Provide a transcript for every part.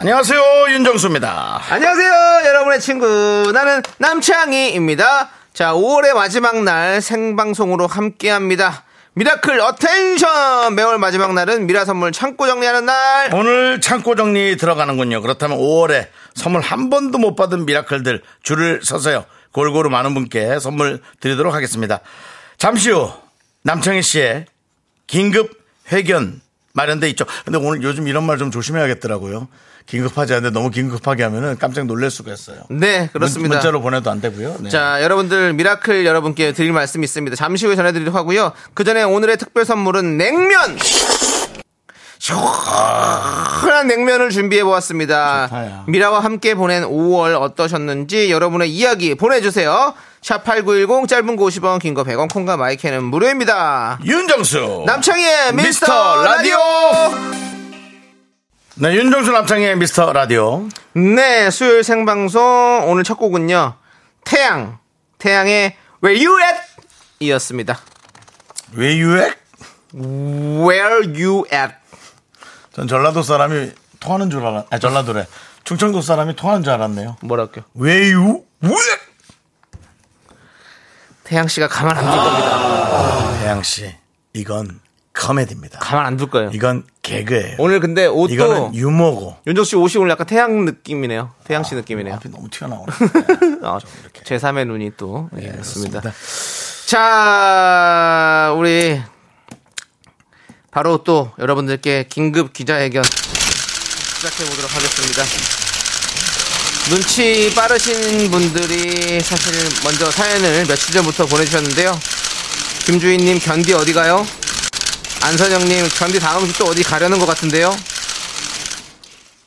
안녕하세요 윤정수입니다. 안녕하세요, 여러분의 친구. 나는 남창희입니다. 자, 5월의 마지막 날 생방송으로 함께 합니다. 미라클 어텐션! 매월 마지막 날은 미라 선물 창고 정리하는 날. 오늘 창고 정리 들어가는군요. 그렇다면 5월에 선물 한 번도 못 받은 미라클들 줄을 서서요. 골고루 많은 분께 선물 드리도록 하겠습니다. 잠시 후 남창희 씨의 긴급 회견 마련돼 있죠. 근데 오늘 요즘 이런 말 좀 조심해야겠더라고요. 긴급하지 않은데 너무 긴급하게 하면은 깜짝 놀랄 수가 있어요. 네, 그렇습니다. 문, 자로 보내도 안 되고요. 네. 자, 여러분들 미라클 여러분께 드릴 말씀이 있습니다. 잠시 후에 전해드리도록 하고요. 그 전에 오늘의 특별 선물은 냉면. 시원한 냉면을 준비해 보았습니다. 좋다야. 미라와 함께 보낸 5월 어떠셨는지 여러분의 이야기 보내주세요. 샵8910 짧은 거 50원 긴 거 100원 콩과 마이크는 무료입니다. 윤정수 남창희의 미스터 미스터 라디오. 라디오. 네, 윤정수 남창희의 미스터 라디오. 네, 수요일 생방송 오늘 첫 곡은요. 태양. 태양의 Where You At? 이었습니다. 왜 유액? Where you at? 전 전라도 사람이 통하는 줄 알았, 아 전라도래. 충청도 사람이 통하는 줄 알았네요. 뭐랄게요. 왜유? 왜? 태양 씨가 가만 안 둘 겁니다. 태양 씨, 이건 커메디입니다. 가만 안 둘 거예요. 이건 개그예요. 오늘 근데 옷도 이거는 유머고. 윤정 씨 옷이 오늘 약간 태양 느낌이네요. 태양 아, 씨 느낌이네요. 앞이 너무 튀어나오네. 아, 어, 제3의 눈이 또 예, 있습니다. 네, 그렇습니다. 자, 우리 바로 또 여러분들께 긴급 기자회견 시작해 보도록 하겠습니다. 눈치 빠르신 분들이 사실 먼저 사연을 며칠 전부터 보내주셨는데요. 김주인님 견디 어디 가요? 안선영님 견디 다음 주 또 어디 가려는 것 같은데요.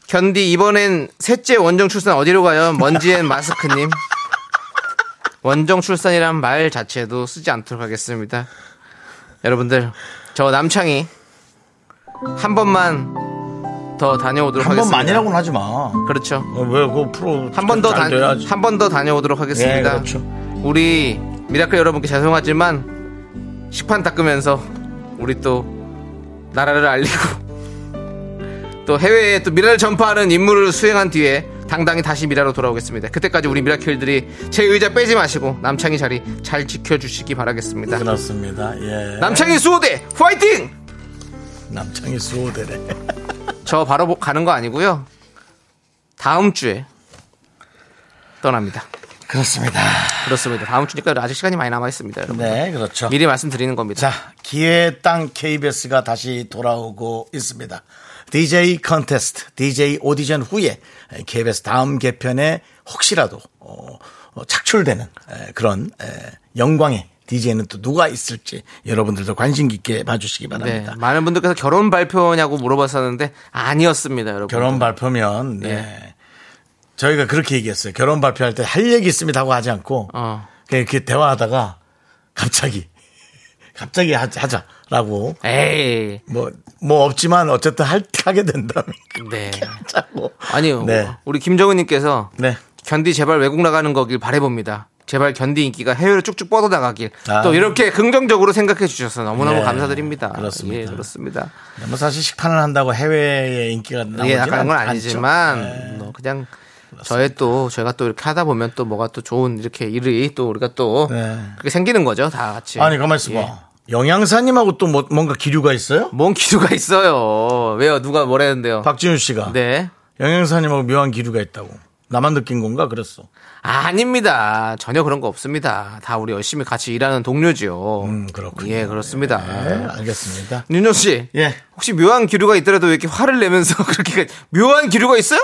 견디 이번엔 셋째 원정 출산 어디로 가요? 먼지엔 마스크님. 원정 출산이란 말 자체도 쓰지 않도록 하겠습니다. 여러분들 저 남창이 한 번만 더 다녀오도록 한 하겠습니다. 번만이라고는 하지 마. 그렇죠. 어, 왜 그거 프로 한 번 더 잘 돼야지. 한 번 더 다녀오도록 하겠습니다. 예, 그렇죠. 우리 미라클 여러분께 죄송하지만 식판 닦으면서 우리 또 나라를 알리고 또 해외에 또 미라를 전파하는 임무를 수행한 뒤에 당당히 다시 미라로 돌아오겠습니다. 그때까지 우리 미라클들이 제 의자 빼지 마시고 남창희 자리 잘 지켜주시기 바라겠습니다. 그렇습니다. 예. 남창희 수호대 화이팅! 남창이 수호대래. 저 바로 보- 가는 거 아니고요. 다음 주에 떠납니다. 그렇습니다. 그렇습니다. 다음 주니까 아직 시간이 많이 남아 있습니다, 여러분. 네, 그렇죠. 미리 말씀드리는 겁니다. 자, 기회의 땅 KBS가 다시 돌아오고 있습니다. DJ 컨테스트, DJ 오디션 후에 KBS 다음 개편에 혹시라도 어, 어, 착출되는 에, 그런 에, 영광의 DJ는 또 누가 있을지 여러분들도 관심 깊게 봐주시기 네, 바랍니다. 많은 분들께서 결혼 발표냐고 물어봤었는데 아니었습니다, 여러분. 결혼 발표면 예. 네. 저희가 그렇게 얘기했어요. 결혼 발표할 때 할 얘기 있습니다 하고 하지 않고 어. 그냥 이렇게 대화하다가 갑자기 갑자기 하- 하자라고 에이, 뭐, 뭐 없지만 어쨌든 할, 하게 된다면. 네. 짜고. 아니요. 네. 우리 김정은님께서 네. 견디 제발 외국 나가는 거길 바래봅니다. 제발 견디 인기가 해외로 쭉쭉 뻗어 나가길. 아. 또 이렇게 긍정적으로 생각해 주셔서 너무너무 네, 감사드립니다. 그렇습니다. 예, 그렇습니다. 뭐 사실 식판을 한다고 해외에 인기가 이게 나오지 나가는 건 예, 아니지만 네. 뭐 그냥 저의 또 제가 또 이렇게 하다 보면 또 뭐가 또 좋은 이렇게 일이 또 우리가 또 네. 그렇게 생기는 거죠 다 같이. 아니, 그- 가만 있어 예. 봐. 영양사님하고 또 뭐- 뭔가 기류가 있어요? 뭔 기류가 있어요? 왜요? 누가 뭐랬는데요? 박지윤 씨가. 네. 영양사님하고 묘한 기류가 있다고. 나만 느낀 건가? 그랬어. 아닙니다. 전혀 그런 거 없습니다. 다 우리 열심히 같이 일하는 동료지요. 음, 그렇군요. 예, 그렇습니다. 네, 알겠습니다. 윤정 씨. 예. 혹시 묘한 기류가 있더라도 왜 이렇게 화를 내면서 그렇게 묘한 기류가 있어요?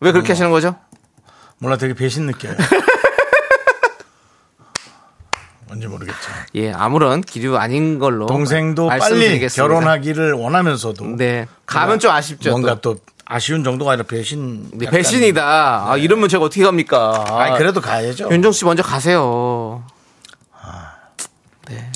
왜 그렇게 음. 하시는 거죠? 몰라 되게 배신 느껴요. 뭔지 모르겠죠. 예, 아무런 기류 아닌 걸로 동생도 빨리 말씀드리겠습니다. 결혼하기를 원하면서도 네. 가면 좀 아쉽죠. 뭔가 또. 또, 아쉬운 정도가 아니라 배신. 네, 약간- 네. 배신이다. 아, 이러면 제가 어떻게 갑니까? 아니, 그래도 가야죠. 윤정 씨 먼저 가세요. 네.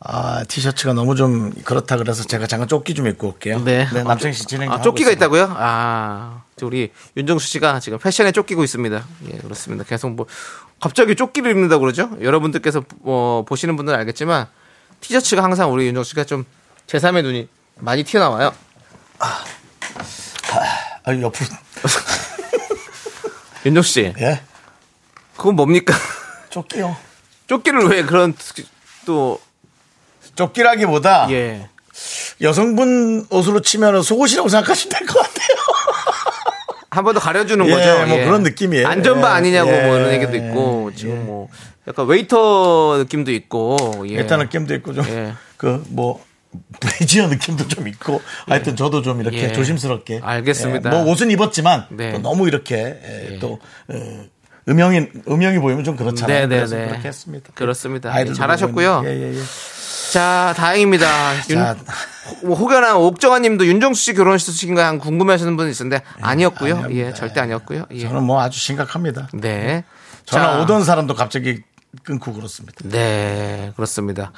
아, 티셔츠가 너무 좀 그렇다 그래서 제가 잠깐 조끼 좀 입고 올게요. 네. 남창희 씨 진행 좀 아, 하고 조끼가 있습니다. 있다고요? 아, 저 우리 윤정수 씨가 지금 패션에 쫓기고 있습니다. 예, 그렇습니다. 계속 뭐 갑자기 조끼를 입는다고 그러죠? 여러분들께서 어, 보시는 분들은 알겠지만 티셔츠가 항상 우리 윤정수 씨가 좀 제3의 눈이 많이 튀어나와요. 아니, 옆으로. 윤정수 씨, 예? 그건 뭡니까? 조끼요. 조끼를 왜 그런 또 조끼라기보다 예. 여성분 옷으로 치면 속옷이라고 생각하시면 될 것 같아요. 한 번 더 가려주는 예, 거죠. 뭐 그런 느낌이에요. 안전바 예. 아니냐고 뭐 이런 예, 얘기도 있고 예. 지금 뭐 약간 웨이터 느낌도 있고 예. 일단 느낌도 있고 예. 좀 그 뭐 브레지어 느낌도 좀 있고 하여튼 저도 좀 이렇게 예. 조심스럽게 알겠습니다. 예, 뭐 옷은 입었지만 네. 또 너무 이렇게 예, 또 어, 음영이 음영이 보이면 좀 그렇잖아요. 네, 네, 그래서 네. 그렇게 했습니다. 그렇습니다. 아이들도 예, 잘하셨고요. 보면- 예, 예, 예. 자, 다행입니다. 윤, 자. 호- 혹여나 옥정아 님도 윤정수 씨 결혼 소식인가 궁금해 하시는 분이 있었는데 아니었고요. 네, 아니었습니다. 예, 절대 아니었고요. 예. 저는 뭐 아주 심각합니다. 네. 전화 자, 오던 사람도 갑자기 끊고 그렇습니다. 네, 그렇습니다.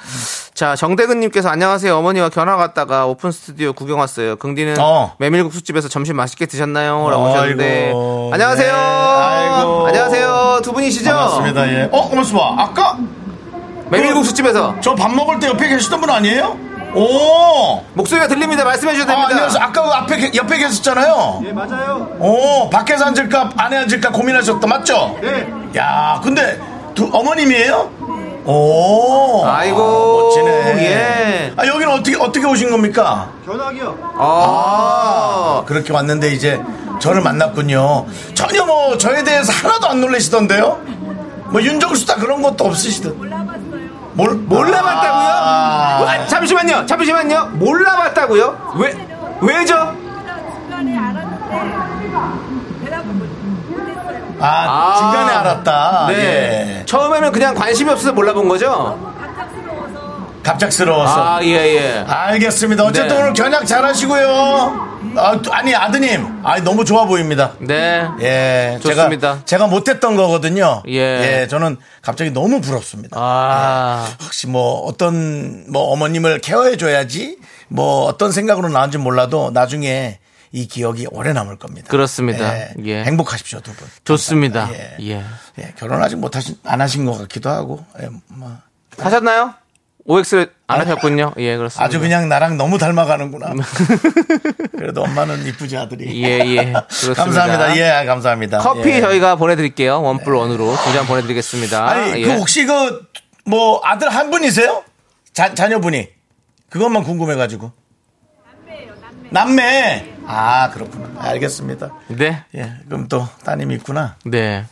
자, 정대근님께서 안녕하세요. 어머니와 견화 갔다가 오픈 스튜디오 구경 왔어요. 긍디는 어. 메밀국수집에서 점심 맛있게 드셨나요? 라고 하셨는데. 아이고, 네, 안녕하세요. 아이고. 안녕하세요. 두 분이시죠? 맞습니다. 예. 어, 고맙습니다. 아까 메밀국수집에서 저 밥 먹을 때 옆에 계시던 분 아니에요? 오! 목소리가 들립니다. 말씀해 주셔도 아, 됩니다. 안녕하세요. 아까 그 앞에 계- 옆에 계셨잖아요. 예, 맞아요. 오, 밖에서 앉을까 안에 앉을까 고민하셨다 맞죠? 네. 야, 근데 두 어머님이에요? 오. 아이고, 멋지네. 예. 아, 여기는 어떻게 어떻게 오신 겁니까? 아. 그렇게 왔는데 이제 저를 만났군요. 전혀 뭐 저에 대해서 하나도 안 놀라시던데요? 뭐 윤정수 다 그런 것도 없으시던. 몰, 몰라 몰라봤다고요? 아. 아, 잠시만요. 잠시만요. 몰라봤다고요? 왜 왜죠? 아, 중간에 알았다. 네. 예. 처음에는 그냥 관심이 없어서 몰라본 거죠? 갑작스러워서. 아, 예, 예. 알겠습니다. 어쨌든 네. 오늘 견학 잘하시고요. 아, 니 아드님, 아 너무 좋아 보입니다. 네. 예, 좋습니다. 제가 제가 못했던 거거든요. 예. 저는 갑자기 너무 부럽습니다. 아. 혹시 뭐 어떤 뭐 어머님을 케어해 줘야지 뭐 어떤 생각으로 나온지 몰라도 나중에 이 기억이 오래 남을 겁니다. 그렇습니다. 예. 행복하십시오 두 분. 좋습니다. 예. 예. 예, 결혼 아직 못 하신 안 하신 것 같기도 하고 예, 뭐. 하셨나요? OX를 안 하셨군요. 예, 그렇습니다. 아, 아주 그냥 나랑 너무 닮아가는구나. 그래도 엄마는 이쁘지 아들이. 예, 예. 그렇습니다. 감사합니다. 예, 감사합니다. 커피 예. 저희가 보내드릴게요. 원플 원으로 두 잔 보내드리겠습니다. 아니 예. 그 혹시 그 뭐 아들 한 분이세요? 자, 자녀분이 그것만 궁금해가지고 남매 아 그렇구나 알겠습니다 네. 예 그럼 또 따님이 있구나 네.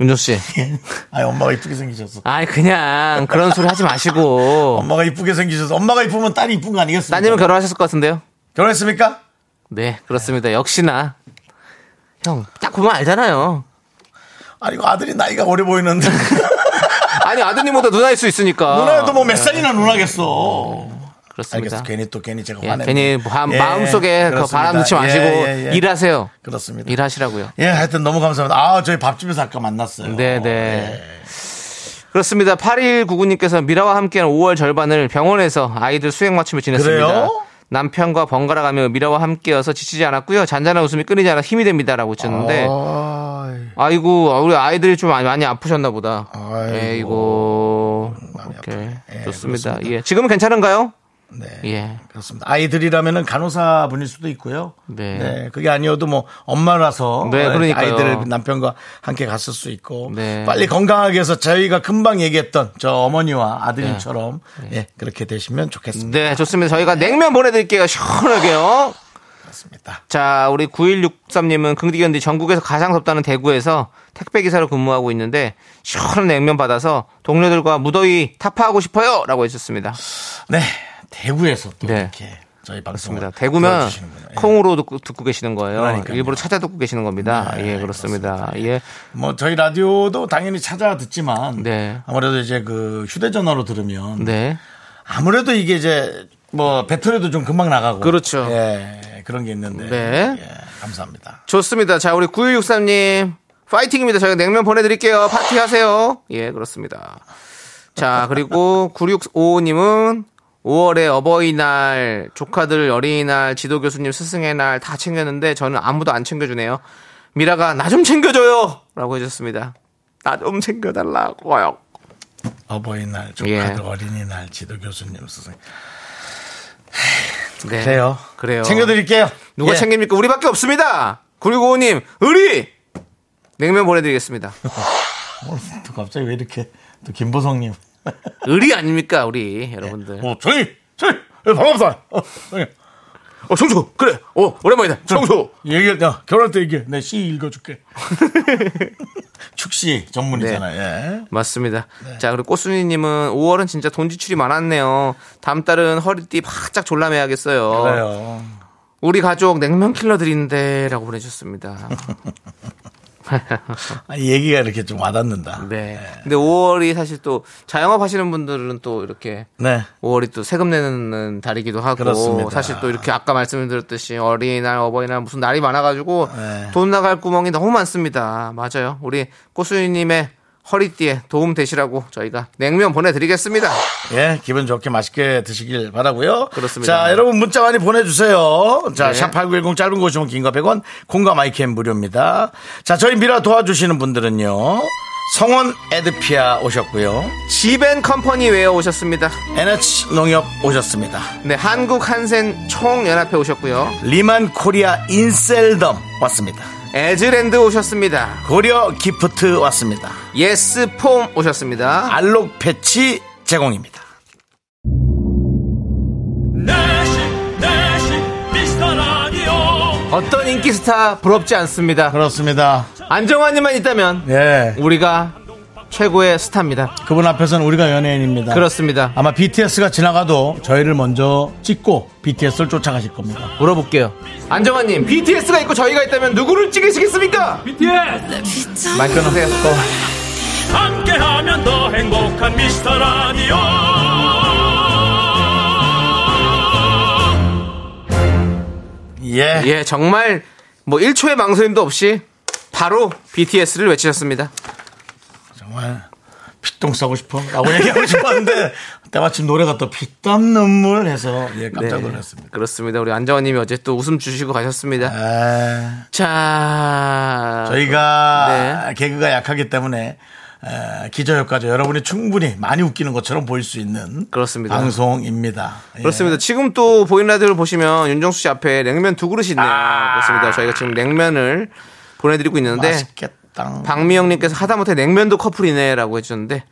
윤정 씨. 예. 아 엄마가 이쁘게 생기셔서 아이, 그냥 그런 소리 하지 마시고. 엄마가 이쁘게 생기셔서 엄마가 이쁘면 딸이 이쁜 거 아니겠습니까? 따님은 그- 결혼하셨을 것 같은데요? 결혼했습니까? 네, 그렇습니다. 역시나. 형, 딱 보면 알잖아요. 아니 그 아들이 나이가 어려 보이는데 아니, 아드님보다 누나일 수 있으니까. 누나도 네. 뭐 몇 살이나 누나겠어 그렇습니다. 알겠어 괜히 또 괜히 제가 예, 예, 화내 괜히 마- 마음속에 그 바람 넣지 예, 마시고 일하세요. 그렇습니다 일하시라고요. 예, 하여튼 너무 감사합니다. 아, 저희 밥집에서 아까 만났어요. 네, 네. 예. 그렇습니다. 8199님께서 미라와 함께한 5월 절반을 병원에서 아이들 수행 맞추며 지냈습니다. 그래요? 남편과 번갈아 가며 미라와 함께여서 지치지 않았고요. 잔잔한 웃음이 끊이지 않아 힘이 됩니다라고 하셨는데 아. 아이, 아이고 우리 아이들이 좀 많이, 많이 아프셨나 보다. 아이고. 예, 아이고. 마음이 오케이. 아프네. 예, 좋습니다. 그렇습니다. 예. 지금은 괜찮은가요? 네. 예. 그렇습니다. 아이들이라면은 간호사 분일 수도 있고요. 네. 그게 아니어도 뭐 엄마라서 네, 그러니까요. 아이들 남편과 함께 갔을 수 있고 네. 빨리 건강하게 해서 저희가 금방 얘기했던 저 어머니와 아드님처럼 예, 그렇게 되시면 좋겠습니다. 네, 좋습니다. 저희가 냉면 보내드릴게요. 시원하게요. 그렇습니다. 자, 우리 9163님은 긍디견디 전국에서 가장 덥다는 대구에서 택배기사로 근무하고 있는데 시원한 냉면 받아서 동료들과 무더위 타파하고 싶어요! 라고 해주셨습니다. 네. 대구에서 또 네. 이렇게 저희 방송을 그렇습니다. 대구면 들어주시는군요. 예. 콩으로 듣고, 듣고 계시는 거예요. 그러니까요. 일부러 찾아 듣고 계시는 겁니다. 네, 예, 그렇습니다. 예. 뭐 저희 라디오도 당연히 찾아 듣지만 네. 아무래도 이제 그 휴대전화로 들으면 네. 아무래도 이게 이제 뭐 배터리도 좀 금방 나가고. 그렇죠. 예, 그런 게 있는데. 네. 예, 감사합니다. 좋습니다. 자, 우리 9163님. 파이팅입니다. 저희가 냉면 보내드릴게요. 파티하세요. 예, 그렇습니다. 자, 그리고 9655님은 5월에 어버이날, 조카들 어린이날, 지도교수님 스승의 날 다 챙겼는데 저는 아무도 안 챙겨주네요. 미라가 나 좀 챙겨줘요! 라고 해줬습니다. 나 좀 챙겨달라고요. 어버이날, 예. 조카들 어린이날, 지도 교수님 스승. 네. 그래요. 그래요. 챙겨드릴게요. 누가 예. 챙깁니까? 우리밖에 없습니다! 9655님, 의리! 냉면 보내드리겠습니다. 또 갑자기 왜 이렇게 또 김보성님. 의리 아닙니까, 우리 여러분들. 어, 저희, 저희, 예, 반갑다. 어, 저희. 어, 청소! 그래! 어, 오랜만이다! 청소! 얘기할 때, 어, 결혼할 때 얘기해. 내 시 읽어줄게. 축시 전문이잖아요. 예. 맞습니다. 자, 그리고 꽃순이님은 5월은 진짜 돈 지출이 많았네요. 다음 달은 허리띠 바짝 졸라매야겠어요. 그래요. 우리 가족 냉면 킬러 드린데 라고 보내주셨습니다. 아, 이 얘기가 이렇게 좀 와닿는다. 네. 근데 5월이 사실 또 자영업 하시는 분들은 또 이렇게 네. 5월이 또 세금 내는 달이기도 하고 그렇습니다. 사실 또 이렇게 아까 말씀드렸듯이 어린이날 어버이날 무슨 날이 많아가지고 네. 돈 나갈 구멍이 너무 많습니다 맞아요 우리 꼬순이님의 허리띠에 도움 되시라고 저희가 냉면 보내드리겠습니다 예, 기분 좋게 맛있게 드시길 바라고요. 그렇습니다. 자, 여러분 문자 많이 보내주세요. 자, 네. 샵8910 짧은 거 오시면 긴거 100원, 공감 마이캠 무료입니다. 자, 저희 미라 도와주시는 분들은요. 성원 에드피아 오셨고요. 지벤컴퍼니 웨어 오셨습니다 NH 농협 오셨습니다. 네 한국 한센 총연합회 오셨고요 리만 코리아 인셀덤 왔습니다. 에즈랜드 오셨습니다 고려 기프트 왔습니다. 예스폼 오셨습니다 아, 알록 패치 제공입니다. 내식 내식 미스터 라디오 어떤 인기스타 부럽지 않습니다 그렇습니다. 안정환님만 있다면 예. 우리가 최고의 스타입니다 그분 앞에서는 우리가 연예인입니다. 그렇습니다 아마 BTS가 지나가도 저희를 먼저 찍고 BTS를 쫓아가실 겁니다. 물어볼게요. 안정환님, BTS가 있고 저희가 있다면 누구를 찍으시겠습니까? BTS! 마이크 주세요. 함께하면 더 행복한 미스터 라디오 예. 예, 정말 뭐 1초의 망설임도 없이 바로 BTS를 외치셨습니다. 정말 피똥 싸고 싶어 라고 얘기하고 싶었는데 때마침 노래가 또 피땀 눈물 해서 예, 깜짝 놀랐습니다. 네, 그렇습니다. 우리 안정환님이 어제 또 웃음 주시고 가셨습니다. 아, 자, 저희가 개그가 약하기 때문에 에, 기저효과죠. 여러분이 충분히 많이 웃기는 것처럼 보일 수 있는 그렇습니다. 방송입니다. 예. 그렇습니다. 지금 또 보인 라디오를 보시면 윤정수 씨 앞에 냉면 두 그릇이 있네요. 그렇습니다. 저희가 지금 냉면을 보내드리고 있는데 아. 맛있겠다. 박미영님께서 하다못해 냉면도 커플이네라고 해주셨는데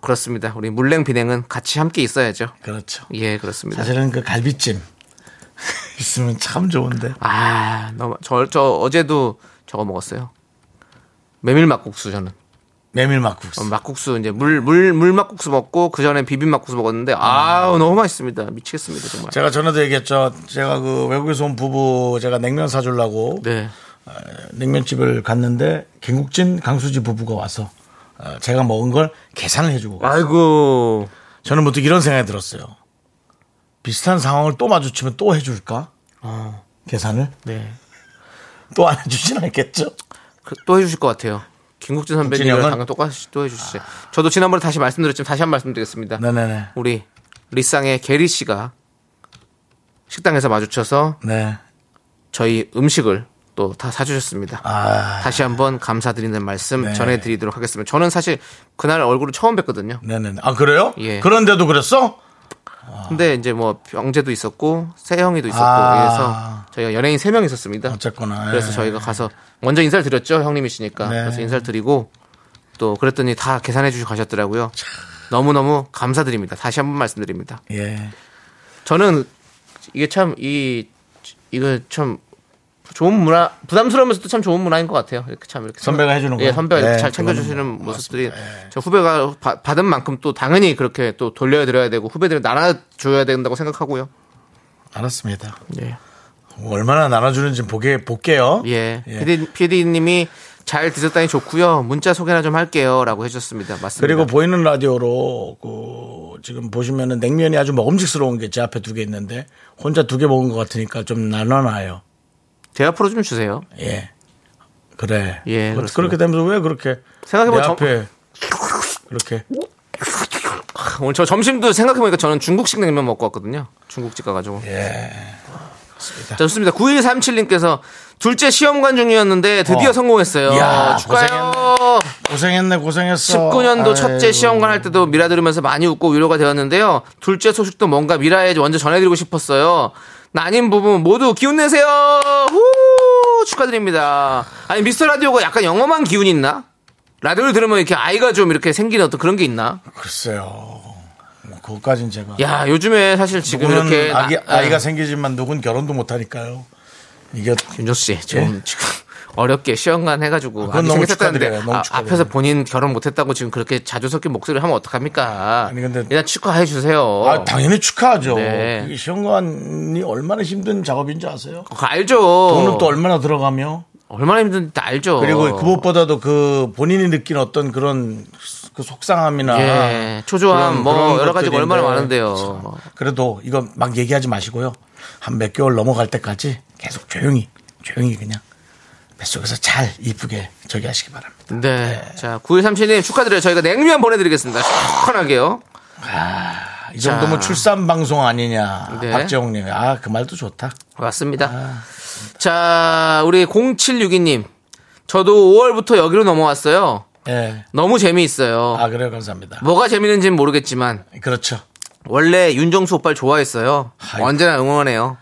그렇습니다. 우리 물냉 비냉은 같이 함께 있어야죠. 그렇죠. 예, 그렇습니다. 사실은 그 갈비찜 있으면 참 좋은데. 아, 너무 저, 저 어제도 저거 먹었어요. 메밀 막국수 저는 메밀 어, 막국수. 막국수 이제 물 물 물 막국수 먹고 그 전에 비빔 막국수 먹었는데 아우 너무 맛있습니다 미치겠습니다 정말 제가 전에도 얘기했죠. 제가 그 외국에서 온 부부 제가 냉면 사주려고 네 냉면집을 갔는데 김국진 강수지 부부가 와서 어, 제가 먹은 걸 계산을 해주고 갔어요. 아이고 저는 무튼 이런 생각이 들었어요. 비슷한 상황을 또 마주치면 또 해줄까? 어. 계산을 네또 또 안 해주진 않겠죠? 해주실 것 같아요 그 김국진 선배님이랑 국진형은? 방금 똑같이 또 해주시죠 저도 지난번에 다시 말씀드렸지만 다시 한 번 말씀드리겠습니다 네네네. 우리 리쌍의 게리 씨가 식당에서 마주쳐서 네. 저희 음식을 또 다 사주셨습니다. 아. 다시 한번 감사드리는 말씀 네. 전해드리도록 하겠습니다. 저는 사실 그날 얼굴을 처음 뵀거든요. 네네네. 아, 그래요? 예. 그런데도 그랬어? 근데 이제 뭐 병재도 있었고 세형이도 있었고 아. 그래서 저희가 연예인 세 명 있었습니다. 어쨌거나. 그래서 예. 저희가 가서 먼저 인사를 드렸죠. 형님이시니까. 네. 그래서 인사를 드리고 또 그랬더니 다 계산해 주시고 가셨더라고요. 너무너무 감사드립니다. 다시 한번 말씀드립니다. 예. 저는 이게 참 이 이거 참 좋은 문화 부담스러우면서도 참 좋은 문화인 것 같아요. 이렇게 참 이렇게 선배가 해주는 예, 거. 선배가 네, 예. 이렇게 잘 챙겨주시는 모습들이 저 후배가 바- 받은 만큼 또 당연히 그렇게 또 돌려드려야 되고 후배들은 나눠줘야 된다고 생각하고요. 알았습니다. 뭐 예, 얼마나 나눠주는지 보게, 볼게요. 예. 예. PD, PD님이 예. 잘 드셨다니 좋고요. 문자 소개나 좀 할게요라고 해주셨습니다. 맞습니다. 그리고 보이는 라디오로 그 지금 보시면은 냉면이 아주 먹음직스러운 게 제 앞에 두 개 있는데 혼자 두 개 먹은 것 같으니까 좀 나눠놔요. 제 앞으로 좀 주세요. 예. 그래. 예, 그- 그렇습니다. 그렇게 되면서 왜 그렇게 생각해보면 내 정- 앞에 그렇게 오늘 어, 저 점심도 생각해보니까 저는 중국식 냉면 먹고 왔거든요. 중국집 가가지고. 예. 자, 좋습니다. 9137님께서 둘째 시험관 중이었는데 드디어 어. 성공했어요. 이야, 축하해요. 고생했네 고생했어. 19년도 아이고. 첫째 시험관 할 때도 미라 들으면서 많이 웃고 위로가 되었는데요. 둘째 소식도 뭔가 미라에 먼저 전해드리고 싶었어요. 난임 부분 모두 기운 내세요. 후 축하드립니다. 아니 미스터 라디오가 약간 영어만 기운이 있나? 라디오를 들으면 이렇게 아이가 좀 이렇게 생기는 어떤 그런 게 있나? 글쎄요. 뭐 그것까진 제가. 야 요즘에 사실 지금 누구는 이렇게 나- 아기, 아이가 아, 생기지만 누군 결혼도 못하니까요. 이게 윤정수 씨 지금 지금 어렵게 시험관 해가지고 예. 그건 아기 너무 생겼다는데 축하드려요. 너무 아, 축하드려요. 앞에서 본인 결혼 못했다고 지금 그렇게 자주 섞인 목소리를 하면 어떡합니까? 아니, 근데- 일단 축하해 주세요. 아, 당연히 축하하죠. 어. 네. 이게 시험관이 얼마나 힘든 작업인지 아세요? 그거 알죠. 돈은 또 얼마나 들어가며 얼마나 힘든지 다 알죠. 그리고 그것보다도 그 본인이 느낀 어떤 그런 그 속상함이나 예, 초조함 그런- 뭐 그런 여러 가지가 것들인데 얼마나 많은데요. 그래도 이거 막 얘기하지 마시고요. 한 몇 개월 넘어갈 때까지 계속 조용히 조용히 그냥 뱃속에서 잘 이쁘게 저기 하시기 바랍니다. 네. 자, 9137님 축하드려요. 저희가 냉면 보내드리겠습니다. 시원하게요. 이 정도면 자. 출산 방송 아니냐 네. 박재홍님 아 그 말도 좋다. 아, 맞습니다. 자, 우리 0762님. 저도 5월부터 여기로 넘어왔어요. 예. 너무 재미있어요. 아 그래요 감사합니다. 뭐가 재밌는지는 모르겠지만 그렇죠. 원래 윤정수 오빠를 좋아했어요. 아이고. 언제나 응원해요.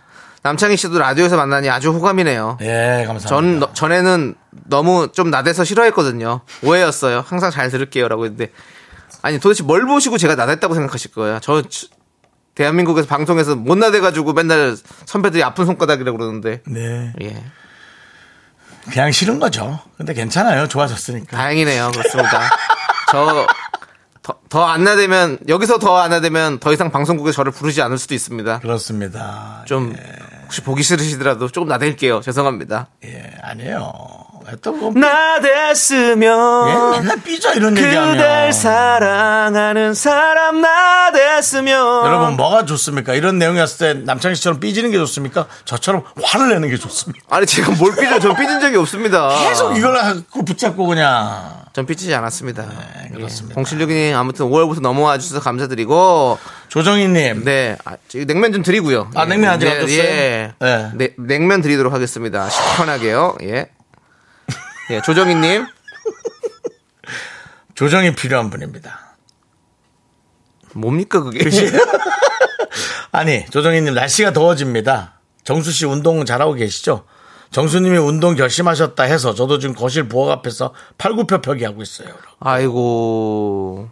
남창희 씨도 라디오에서 만나니 아주 호감이네요. 예 감사합니다. 전 너- 전에는 너무 좀 나대서 싫어했거든요. 오해였어요. 항상 잘 들을게요라고 했는데 아니 도대체 뭘 보시고 제가 나댔다고 생각하실 거예요? 저 치- 대한민국에서 방송에서 못 나대가지고 맨날 선배들이 아픈 손가락이라고 그러는데 네 예 그냥 싫은 거죠. 근데 괜찮아요 좋아졌으니까. 그 다행이네요 그렇습니다. 저 더 안 나대면 여기서 더 안 나대면 더 이상 방송국에 저를 부르지 않을 수도 있습니다. 그렇습니다. 좀 혹시 보기 싫으시더라도 조금 나댈게요 죄송합니다. 예, 아니에요. 또 뭐, 예, 나댔으면 맨날 삐져 이런 얘기하면. 사랑하는 사람 나 됐으면 여러분 뭐가 좋습니까? 이런 내용이었을 때 남창희 씨처럼 삐지는 게 좋습니까? 저처럼 화를 내는 게 좋습니까? 아니 제가 뭘 삐져 전 삐진 적이 없습니다 계속 이걸 하고 붙잡고 그냥 전 삐지지 않았습니다 네, 예, 그렇습니다. 공실력이님 아무튼 5월부터 넘어와 주셔서 감사드리고 조정희님 네 아, 저 냉면 좀 드리고요 아, 냉면 아직 안 줬어요? 예. 네. 네, 냉면 드리도록 하겠습니다 시원하게요 예, 예 조정희님 조정이 필요한 분입니다. 뭡니까 그게 예. 아니 조정희님 날씨가 더워집니다. 정수 씨 운동 잘하고 계시죠? 정수님이 운동 결심하셨다 해서 저도 지금 거실 부엌 앞에서 팔굽혀펴기 하고 있어요. 아이고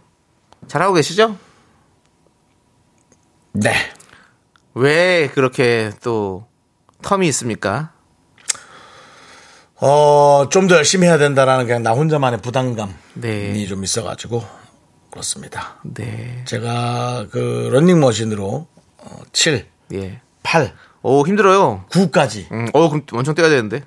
잘하고 계시죠? 네. 왜 그렇게 또 텀이 있습니까? 어, 좀 더 열심히 해야 된다라는 그냥 나 혼자만의 부담감이 네. 좀 있어가지고 그렇습니다. 네. 제가 그 런닝머신으로 어, 7, 예. 8, 오, 힘들어요. 9까지. 음, 어, 그럼 엄청 떼야 되는데.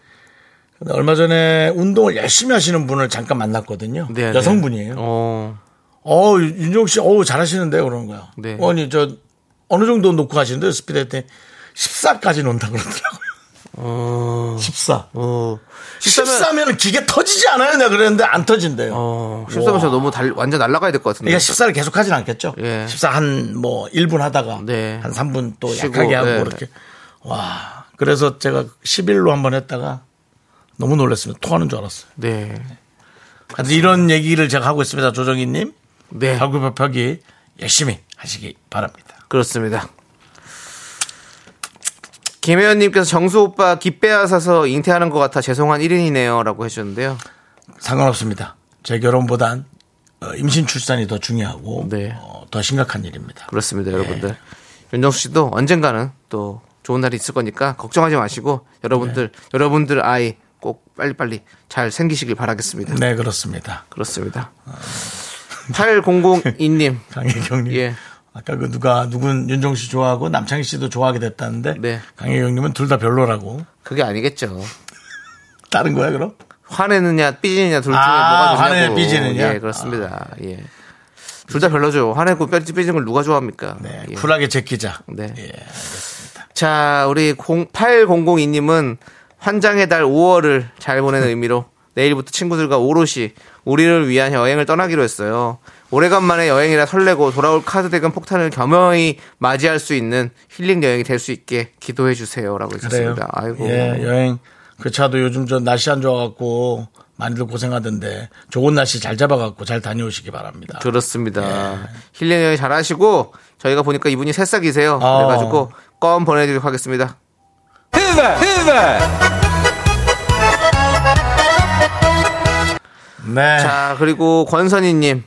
근데 얼마 전에 운동을 열심히 하시는 분을 잠깐 만났거든요. 네. 네. 여성분이에요. 어. 어, 윤종 씨, 어우, 잘하시는데요. 그러는 거야. 네. 아니, 저, 어느 정도 놓고 하시는데요. 스피드 할때 14까지 놓는다 그러더라고요. 어. 14. 어. 14면, 은 기계 터지지 않아요. 내가 그랬는데 안 터진대요. 어. 13면 저 너무 달, 완전 날아가야 될 것 같은데. 그러니까 14를 계속 하진 않겠죠. 예. 14 한 뭐 1분 하다가 네. 한 3분 또 쉬고, 약하게 하고 뭐 네. 이렇게 와 그래서 제가 11로 한 번 했다가 너무 놀랐습니다. 토하는 줄 알았어요. 네. 하여튼 이런 얘기를 제가 하고 있습니다. 조정희님 네. 발굴벽벽이 열심히 하시기 바랍니다. 그렇습니다. 김혜연님께서 정수 오빠 기빼앗 사서 잉태하는 것 같아 죄송한 1인이네요. 라고 해주셨는데요. 상관없습니다. 제 결혼보단 어, 임신 출산이 더 중요하고 네. 어, 더 심각한 일입니다. 그렇습니다, 여러분들. 네. 윤정수 씨도 언젠가는 또 좋은 날이 있을 거니까 걱정하지 마시고 여러분들 네. 여러분들 아이 꼭 빨리빨리 잘 생기시길 바라겠습니다. 네 그렇습니다. 그렇습니다. 8002님. 강혜경님. 예. 아까 그 누가 누군 윤종 씨 좋아하고 남창희 씨도 좋아하게 됐다는데 네. 강혜경님은 둘 다 별로라고 그게 아니겠죠. 다른 거야 그럼? 화내느냐 삐지느냐 둘 중에 아, 뭐가 좋냐고. 화내냐, 삐지느냐? 아. 예, 그렇습니다. 예. 둘 다 별로죠. 화내고 삐- 삐지는 걸 누가 좋아합니까? 네, 예. 쿨하게 제끼자. 네. 예. 자, 우리 8002님은 환장의 달 5월을 잘 보내는 의미로 내일부터 친구들과 오롯이 우리를 위한 여행을 떠나기로 했어요. 오래간만에 여행이라 설레고 돌아올 카드대금 폭탄을 겸허히 맞이할 수 있는 힐링 여행이 될 수 있게 기도해 주세요라고 그래요. 했습니다. 아이고. 예, 여행. 그 차도 요즘 저 날씨 안 좋아갖고 많이들 고생하던데 좋은 날씨 잘 잡아갖고 잘 다녀오시기 바랍니다. 그렇습니다. 예. 힐링 여행 잘 하시고 저희가 보니까 이분이 새싹이세요. 어. 그래가지고 껌 보내드리도록 하겠습니다. 네. 자, 그리고 권선희님.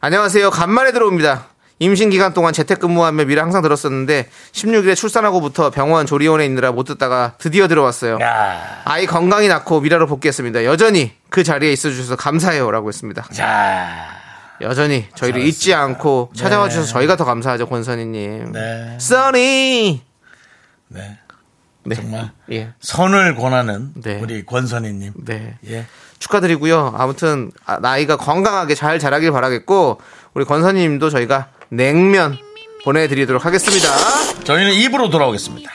안녕하세요. 간만에 들어옵니다. 임신 기간 동안 재택근무하며 미라 항상 들었었는데 16일에 출산하고부터 병원 조리원에 있느라 못 듣다가 드디어 들어왔어요. 야, 아이 건강히 낳고 미라로 복귀했습니다. 여전히 그 자리에 있어주셔서 감사해요라고 했습니다. 자, 여전히 저희를 잊지 않고 찾아와 주셔서 저희가 더 감사하죠, 권선희님. 네, 써니. 네. 네. 정말 예. 선을 권하는 네. 우리 권선희님. 네. 예. 축하드리고요. 아무튼 아, 나이가 건강하게 잘 자라길 바라겠고 우리 권선님도 저희가 냉면 보내드리도록 하겠습니다. 저희는 입으로 돌아오겠습니다.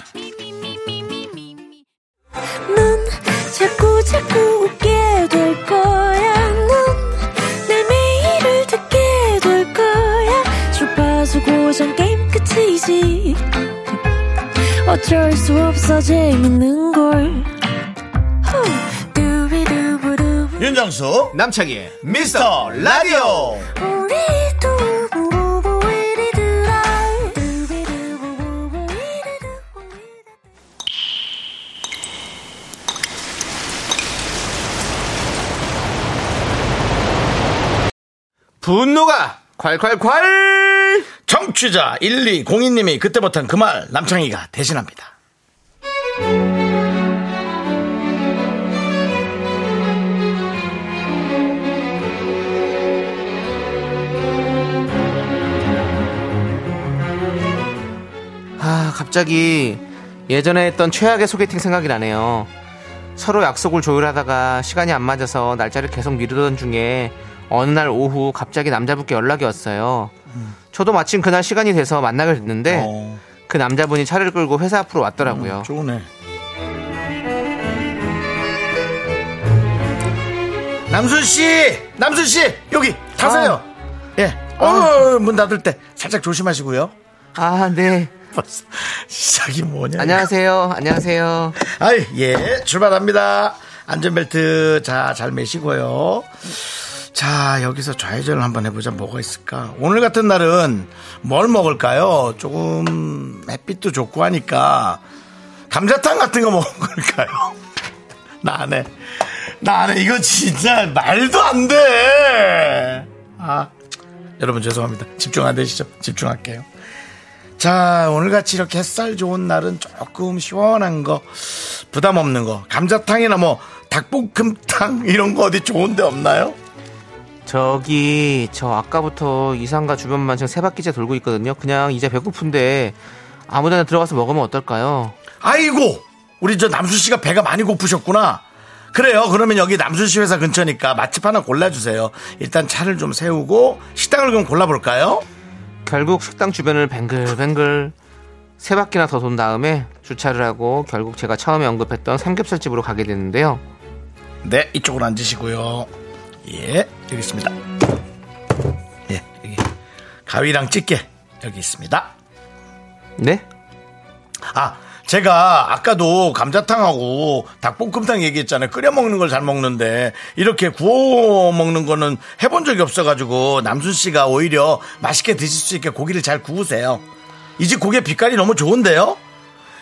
넌 자꾸 자꾸 웃게 될 거야. 넌내 매일을 듣게 될 거야. 주파수 고정 게임 끝이지. 어쩔 수 없어 재밌는 걸. 후. 두비두부두. 윤정수, 남창희의 미스터 라디오. 우리 두부부부 우리 두라. 두비두부부부 우리 두부부. 분노가 콸콸콸 정취자 1202님이 그때 못한 그 말 남창희가 대신합니다. 아, 갑자기 예전에 했던 최악의 소개팅 생각이 나네요. 서로 약속을 조율하다가 시간이 안 맞아서 날짜를 계속 미루던 중에 어느 날 오후 갑자기 남자분께 연락이 왔어요. 저도 마침 그날 시간이 돼서 만나게 됐는데 어, 음, 그 남자분이 차를 끌고 회사 앞으로 왔더라고요. 좋네. 남순 씨, 남순 씨 여기 타세요. 예, 어, 문 닫을 때 살짝 조심하시고요. 아, 네. 벌써 시작이 뭐냐? 안녕하세요. 안녕하세요. 아이, 예, 출발합니다. 안전벨트, 자, 잘 매시고요. 자, 여기서 좌회전을 한번 해보자. 뭐가 있을까? 오늘 같은 날은 뭘 먹을까요? 조금 햇빛도 좋고 하니까 감자탕 같은 거 먹을까요? 나 안 해. 나 안 해. 이거 진짜 말도 안 돼. 아, 여러분 죄송합니다. 집중 안 되시죠? 집중할게요. 자, 오늘같이 이렇게 햇살 좋은 날은 조금 시원한 거, 부담 없는 거, 감자탕이나 뭐, 닭볶음탕 이런 거 어디 좋은데 없나요? 저기 저 아까부터 이상가 주변만 지금 세 바퀴째 돌고 있거든요. 그냥 이제 배고픈데 아무데나 들어가서 먹으면 어떨까요? 아이고! 우리 저 남순 씨가 배가 많이 고프셨구나. 그래요. 그러면 여기 남순 씨 회사 근처니까 맛집 하나 골라주세요. 일단 차를 좀 세우고 식당을 그럼 골라볼까요? 결국 식당 주변을 뱅글뱅글 세 바퀴나 더 돈 다음에 주차를 하고 결국 제가 처음에 언급했던 삼겹살집으로 가게 됐는데요. 네, 이쪽으로 앉으시고요. 예, 여기 있습니다. 예, 여기. 가위랑 찌개 여기 있습니다. 네? 아, 제가 아까도 감자탕하고 닭볶음탕 얘기했잖아요. 끓여 먹는 걸 잘 먹는데 이렇게 구워 먹는 거는 해본 적이 없어가지고 남순 씨가 오히려 맛있게 드실 수 있게 고기를 잘 구우세요. 이 집 고기 빛깔이 너무 좋은데요?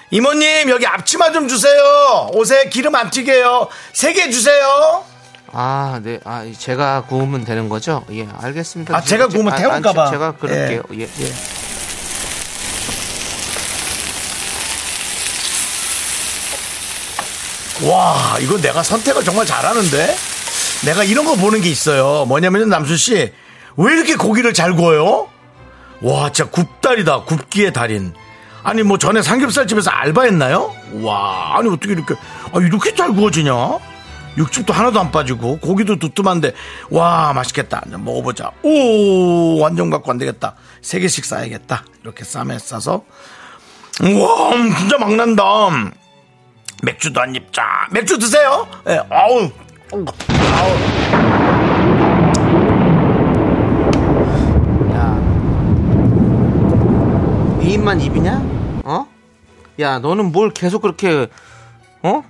이모님 여기 앞치마 좀 주세요. 옷에 기름 안 튀게요. 세 개 주세요. 아, 네. 아, 제가 구우면 되는 거죠? 예, 알겠습니다. 아, 제가 구우면 아, 아, 태울까 봐. 제가 그럴게요. 예, 예. 와, 이건 내가 선택을 정말 잘하는데? 내가 이런 거 보는 게 있어요. 뭐냐면은 남순 씨, 왜 이렇게 고기를 잘 구워요? 와, 진짜 굽다리다. 굽기의 달인. 아니, 뭐 전에 삼겹살 집에서 알바했나요? 와, 아니, 어떻게 이렇게, 아, 이렇게 잘 구워지냐? 육즙도 하나도 안 빠지고 고기도 두툼한데 와 맛있겠다. 한번 먹어보자. 오 완전 갖고 안 되겠다. 세 개씩 싸야겠다. 이렇게 쌈에 싸서 우와 음, 진짜 막난다. 맥주도 한 입 쫙. 맥주 드세요. 예, 아우. 아우. 네 입만 입이냐? 어? 야, 너는 뭘 계속 그렇게, 어?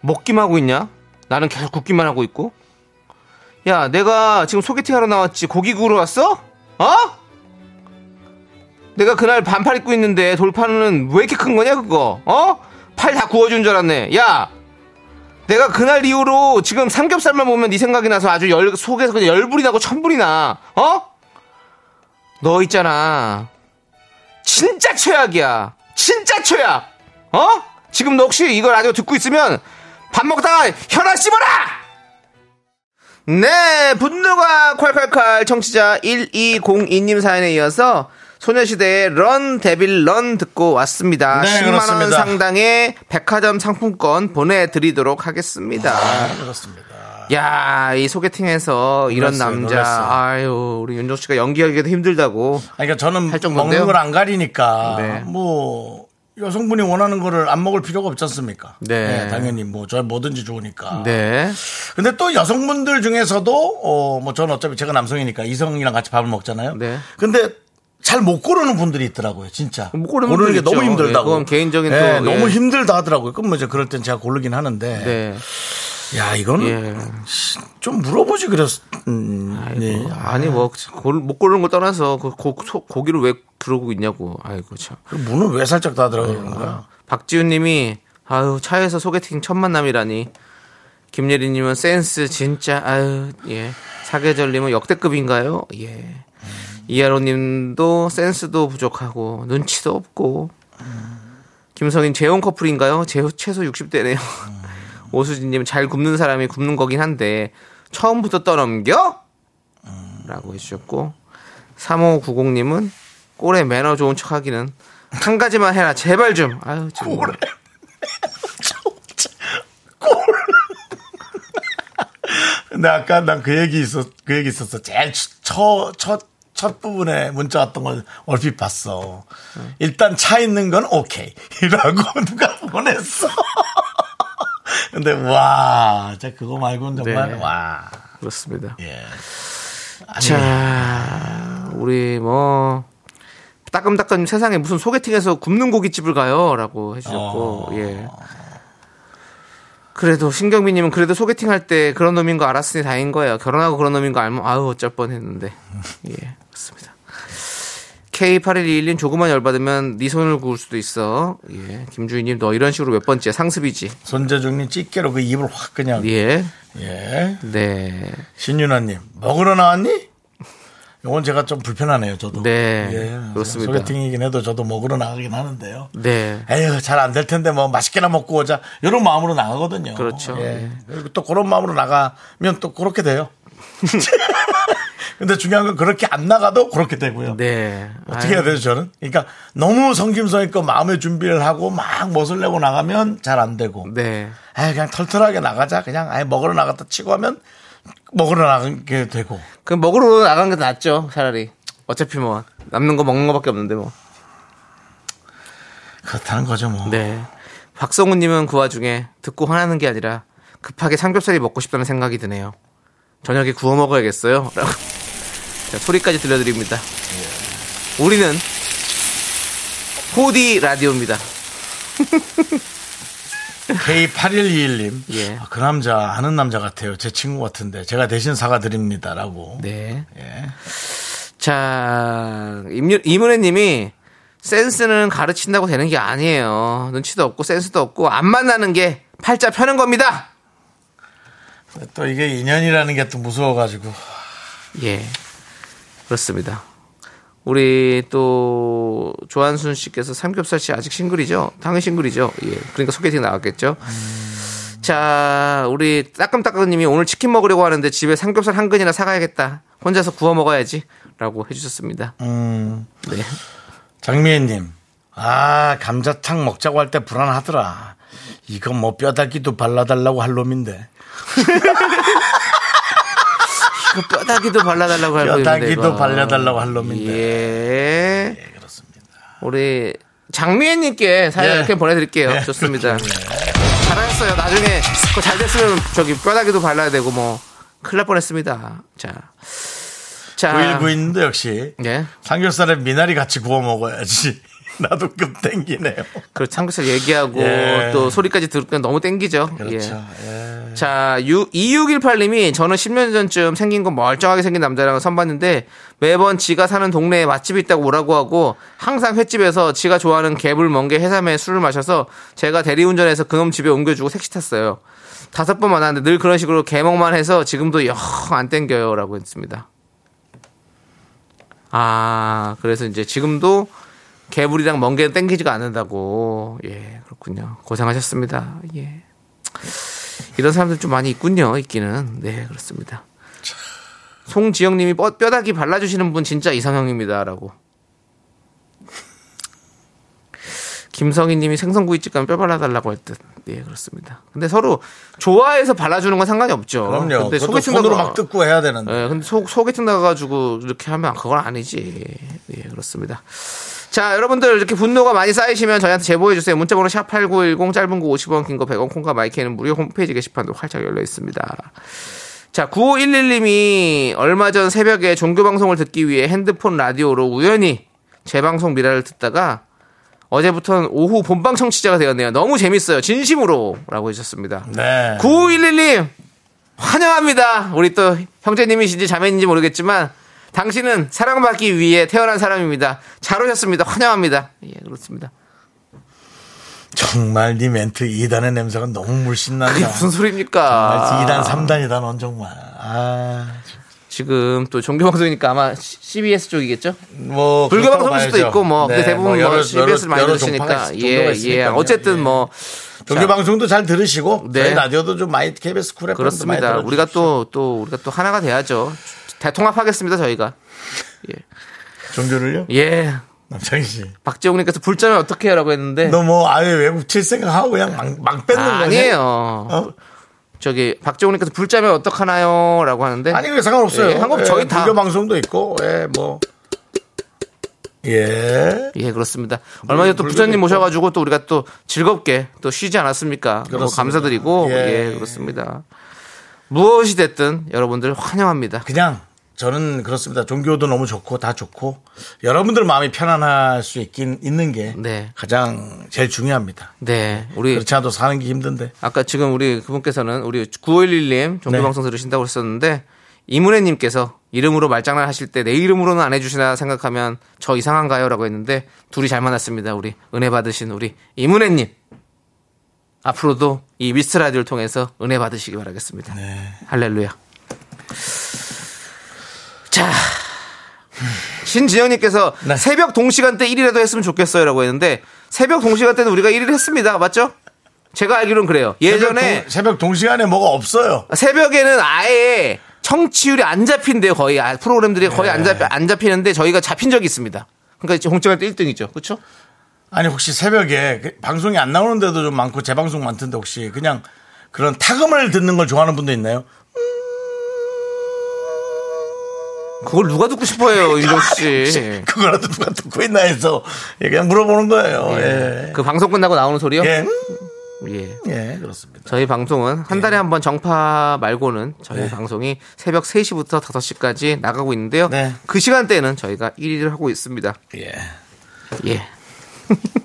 먹기만 하고 있냐? 나는 계속 굽기만 하고 있고. 야, 내가 지금 소개팅 하러 나왔지. 고기 구우러 왔어? 어? 내가 그날 반팔 입고 있는데 돌판은 왜 이렇게 큰 거냐, 그거? 어? 팔 다 구워준 줄 알았네. 야! 내가 그날 이후로 지금 삼겹살만 보면 네 생각이 나서 아주 열, 속에서 그냥 열불이 나고 천불이 나. 어? 너 있잖아. 진짜 최악이야. 진짜 최악. 어? 지금 너 혹시 이걸 아직 듣고 있으면 밥 먹다가 혈안 씹어라! 네, 분노가 콸콸콸 청취자 1202님 사연에 이어서 소녀시대의 런 데빌 런 듣고 왔습니다. 네, 10만 원 그렇습니다. 상당의 백화점 상품권 보내드리도록 하겠습니다. 야, 이 소개팅에서 이런 아. 놀랐어요, 남자, 놀랐어요. 아유, 우리 윤정 씨가 연기하기도 힘들다고. 아니, 그러니까 저는 할 정도인데요? 먹는 걸 안 가리니까 네. 뭐 여성분이 원하는 거를 안 먹을 필요가 없지 않습니까? 네. 당연히 뭐 저 뭐든지 좋으니까. 네. 근데 또 여성분들 중에서도 어, 뭐 저는 어차피 제가 남성이니까 이성이랑 같이 밥을 먹잖아요. 네. 근데 잘 못 고르는 분들이 있더라고요, 진짜. 못 고르는 고르는 게 분들 너무 있죠. 힘들다고. 예, 그건 개인적인 예, 또, 너무 예. 힘들다 하더라고요. 그럼 뭐 이제 그럴 땐 제가 고르긴 하는데. 네. 야, 이건 예. 좀 물어보지 그랬. 음, 예. 아니 뭐 골- 못 고르는 걸 떠나서 그 고, 소, 고기를 왜 그러고 있냐고. 아이고 참. 그 문을 왜 살짝 닫으라고 그러는 거야? 박지훈님이 아유 차에서 소개팅 첫 만남이라니. 김예리님은 센스 진짜 아유 예. 사계절님은 역대급인가요? 예. 이하로님도 센스도 부족하고 눈치도 없고. 김성인 재혼 커플인가요? 재 최소 60대네요. 오수진님 잘 굽는 사람이 굽는 거긴 한데 처음부터 떠넘겨? 라고 해주셨고 3590님은 꼴에 매너 좋은 척하기는 한 가지만 해라 제발 좀 아유 꼴에 근데 아까 난 그 얘기 있었, 그 얘기 있었어. 제일 첫, 첫, 첫 부분에 문자 왔던 걸 얼핏 봤어. 일단 차 있는 건 오케이. 이라고 누가 보냈어. 근데 와, 진짜 그거 말고는 정말 네. 와. 그렇습니다 예. 아니, 예. 자 우리 뭐 따끔따끔 세상에 무슨 소개팅에서 굽는 고깃집을 가요 라고 해주셨고 어. 예 그래도 신경민님은 그래도 소개팅 할 때 그런 놈인 거 알았으니 다행인 거예요. 결혼하고 그런 놈인 거 알면 아유 어쩔 뻔했는데 예 그렇습니다. K8121님 조금만 열받으면 네 손을 구울 수도 있어. 예 김주희님 너 이런 식으로 몇 번째 상습이지. 손재중님 찌개로 그 입을 확 그냥. 예. 예 네. 신윤아님, 먹으러 나왔니? 이건 제가 좀 불편하네요, 저도. 네, 예, 그렇습니다. 소개팅이긴 해도 저도 먹으러 나가긴 하는데요. 네. 에휴 잘 안 될 텐데 뭐 맛있게나 먹고 오자 이런 마음으로 나가거든요. 그렇죠. 예. 그리고 또 그런 마음으로 나가면 또 그렇게 돼요. 근데 중요한 건 그렇게 안 나가도 그렇게 되고요. 네. 어떻게 해야 아유, 돼요 저는? 그러니까 너무 성심성 있고 마음의 준비를 하고 막 멋을 내고 나가면 잘 안 되고. 네. 아 그냥 털털하게 나가자. 그냥 아예 먹으러 나갔다 치고 하면 먹으러 나가게 되고. 그럼 먹으러 나간 게 낫죠 차라리. 어차피 뭐 남는 거 먹는 거밖에 없는데 뭐. 그렇다는 거죠 뭐. 네. 박성우님은 그 와중에 듣고 화나는 게 아니라 급하게 삼겹살이 먹고 싶다는 생각이 드네요. 저녁에 구워 먹어야겠어요. 라고. 자, 소리까지 들려드립니다. 우리는 4D 라디오입니다. K8121님. 예. 그 남자 아는 남자 같아요. 제 친구 같은데 제가 대신 사과드립니다라고. 네. 예. 자, 임유- 이문혜님이 센스는 가르친다고 되는 게 아니에요. 눈치도 없고 센스도 없고 안 만나는 게 팔자 펴는 겁니다. 또 이게 인연이라는 게 또 무서워가지고. 예. 그렇습니다. 우리 또 조한순 씨께서 삼겹살 씨 아직 싱글이죠? 당연히 싱글이죠. 예. 그러니까 소개팅 나왔겠죠. 자, 우리 따끔따끔님이 오늘 치킨 먹으려고 하는데 집에 삼겹살 한 근이나 사가야겠다. 혼자서 구워 먹어야지라고 해주셨습니다. 네. 음. 장미애님, 아 감자탕 먹자고 할 때 불안하더라. 이건 뭐 뼈다귀도 발라달라고 할 놈인데. 그 뼈다귀도 발라달라고 할 거예요. 뼈다귀도 발라달라고 할 놈인데. 예. 네, 그렇습니다. 우리 장미애님께 사연 예. 이렇게 보내드릴게요. 좋습니다. 잘하셨어요. 나중에 그거 잘 됐으면 저기 뼈다귀도 발라야 되고 뭐 큰일 날 뻔했습니다. 자, 자, 9192님도 역시 예, 삼겹살에 미나리 같이 구워 먹어야지. 나도 급 땡기네요. 그 삼겹살 얘기하고 예. 또 소리까지 들으면 너무 땡기죠. 그렇죠. 예. 예. 자, 6, 2618님이 저는 10년 전쯤 생긴 건 멀쩡하게 생긴 남자랑 선봤는데 매번 지가 사는 동네에 맛집이 있다고 오라고 하고 항상 횟집에서 지가 좋아하는 개불 멍게 해삼에 술을 마셔서 제가 대리운전해서 그놈 집에 옮겨주고 택시 탔어요. 다섯 번 만났는데 늘 그런 식으로 개먹만 해서 지금도 영 안 땡겨요. 라고 했습니다. 아, 그래서 이제 지금도 개불이랑 멍게는 땡기지가 않는다고. 예, 그렇군요. 고생하셨습니다. 예. 이런 사람들 좀 많이 있군요. 있기는. 네, 그렇습니다. 송지영 님이 뼈- 뼈다귀 발라주시는 분 진짜 이상형입니다. 라고. 김성희 님이 생선구이집 가면 뼈 발라달라고 할 듯. 예, 그렇습니다. 근데 서로 좋아해서 발라주는 건 상관이 없죠. 그럼요. 어, 근데 그것도 소개팅 손으로 나가- 막 뜯고 해야 되는데. 예, 근데 소, 소개팅 나가가지고 이렇게 하면 그건 아니지. 예, 그렇습니다. 자, 여러분들 이렇게 분노가 많이 쌓이시면 저희한테 제보해주세요. 문자번호 샵8910, 짧은 거 50원, 긴 거 100원, 콩과 마이크는 무료 홈페이지 게시판도 활짝 열려있습니다. 자, 9511님이 얼마 전 새벽에 종교방송을 듣기 위해 핸드폰 라디오로 우연히 재방송 미라를 듣다가 어제부터는 오후 본방 청취자가 되었네요. 너무 재밌어요. 진심으로. 라고 해주셨습니다. 네. 9511님 환영합니다. 우리 또 형제님이신지 자매인지 모르겠지만 당신은 사랑받기 위해 태어난 사람입니다. 잘 오셨습니다. 환영합니다. 예, 그렇습니다. 정말 네 멘트 2단의 냄새가 너무 물씬 그게 난다. 무슨 아, 소리입니까? 2단, 3단이다, 넌 정말. 아, 지금 또 종교방송이니까 아마 CBS 쪽이겠죠? 뭐. 불교 그렇다고 방송일 수도 봐야죠. 있고 뭐 근데 네, 대부분 뭐 여러- 여러- CBS를 많이 여러 종파가 들으시니까 있- 예, 종교가 예. 있으니까요. 어쨌든 예. 뭐 종교 방송도 잘 들으시고 네. 저희 라디오도 좀 많이 KBS 쿨 FM 도 많이 그렇습니다. 들어주십시오. 우리가 또 또 우리가 또 하나가 돼야죠. 대통합하겠습니다 저희가. 종교를요? 예. 남창희 씨. 네. 박재홍님께서 불점에 어떻게 해라고 했는데 너 뭐 아예 외국 칠 생각하고 그냥 막, 막 뺏는 거냐? 아니에요. 어? 저기 박재훈님께서 불자면 어떡하나요라고 하는데 아니 그게 상관없어요. 예, 한국 저희 다- 불교 방송도 있고 예, 뭐 예. 예 그렇습니다. 얼마 전에 또 불교도 부처님 있고. 모셔가지고 또 우리가 또 즐겁게 또 쉬지 않았습니까? 너무 그렇습니다. 감사드리고 예. 예. 그렇습니다. 무엇이 됐든 여러분들 환영합니다. 그냥 저는 그렇습니다. 종교도 너무 좋고 다 좋고 여러분들 마음이 편안할 수 있긴 있는 게 네. 가장 제일 중요합니다. 네 우리 그렇지 않아도 사는 게 힘든데. 아까 지금 우리 그분께서는 우리 911님 네. 종교방송 들으신다고 했었는데 이문혜님께서 이름으로 말장난 하실 때 내 이름으로는 안 해주시나 생각하면 저 이상한가요? 라고 했는데 둘이 잘 만났습니다. 우리 은혜 받으신 우리 이문혜님. 앞으로도 이 미스터 라디오를 통해서 은혜 받으시기 바라겠습니다. 네. 할렐루야. 자. 신지영님께서 네. 새벽 동시간대 1위라도 했으면 좋겠어요 라고 했는데 새벽 동시간대는 우리가 1위를 했습니다. 맞죠? 제가 알기로는 그래요. 예전에 새벽, 동, 새벽 동시간에 뭐가 없어요. 새벽에는 아예 청취율이 안 잡힌대요 거의 아, 프로그램들이 거의 안, 잡, 안 잡히는데 저희가 잡힌 적이 있습니다. 그러니까 공정할 때 1등이죠. 그렇죠? 아니 혹시 새벽에 그 방송이 안 나오는데도 좀 많고 재방송 많던데 혹시 그냥 그런 타금을 듣는 걸 좋아하는 분도 있나요? 그걸 누가 듣고 싶어요 윤정수 씨. 그거라도 누가 듣고 있나 해서 예, 그냥 물어보는 거예요. 예. 그 방송 끝나고 나오는 소리요? 예. 예. 예, 그렇습니다. 저희 방송은 한 달에 한 번 정파 말고는 저희 방송이 새벽 3시부터 5시까지 나가고 있는데요. 네. 그 시간대에는 저희가 1위를 하고 있습니다. 예. 예.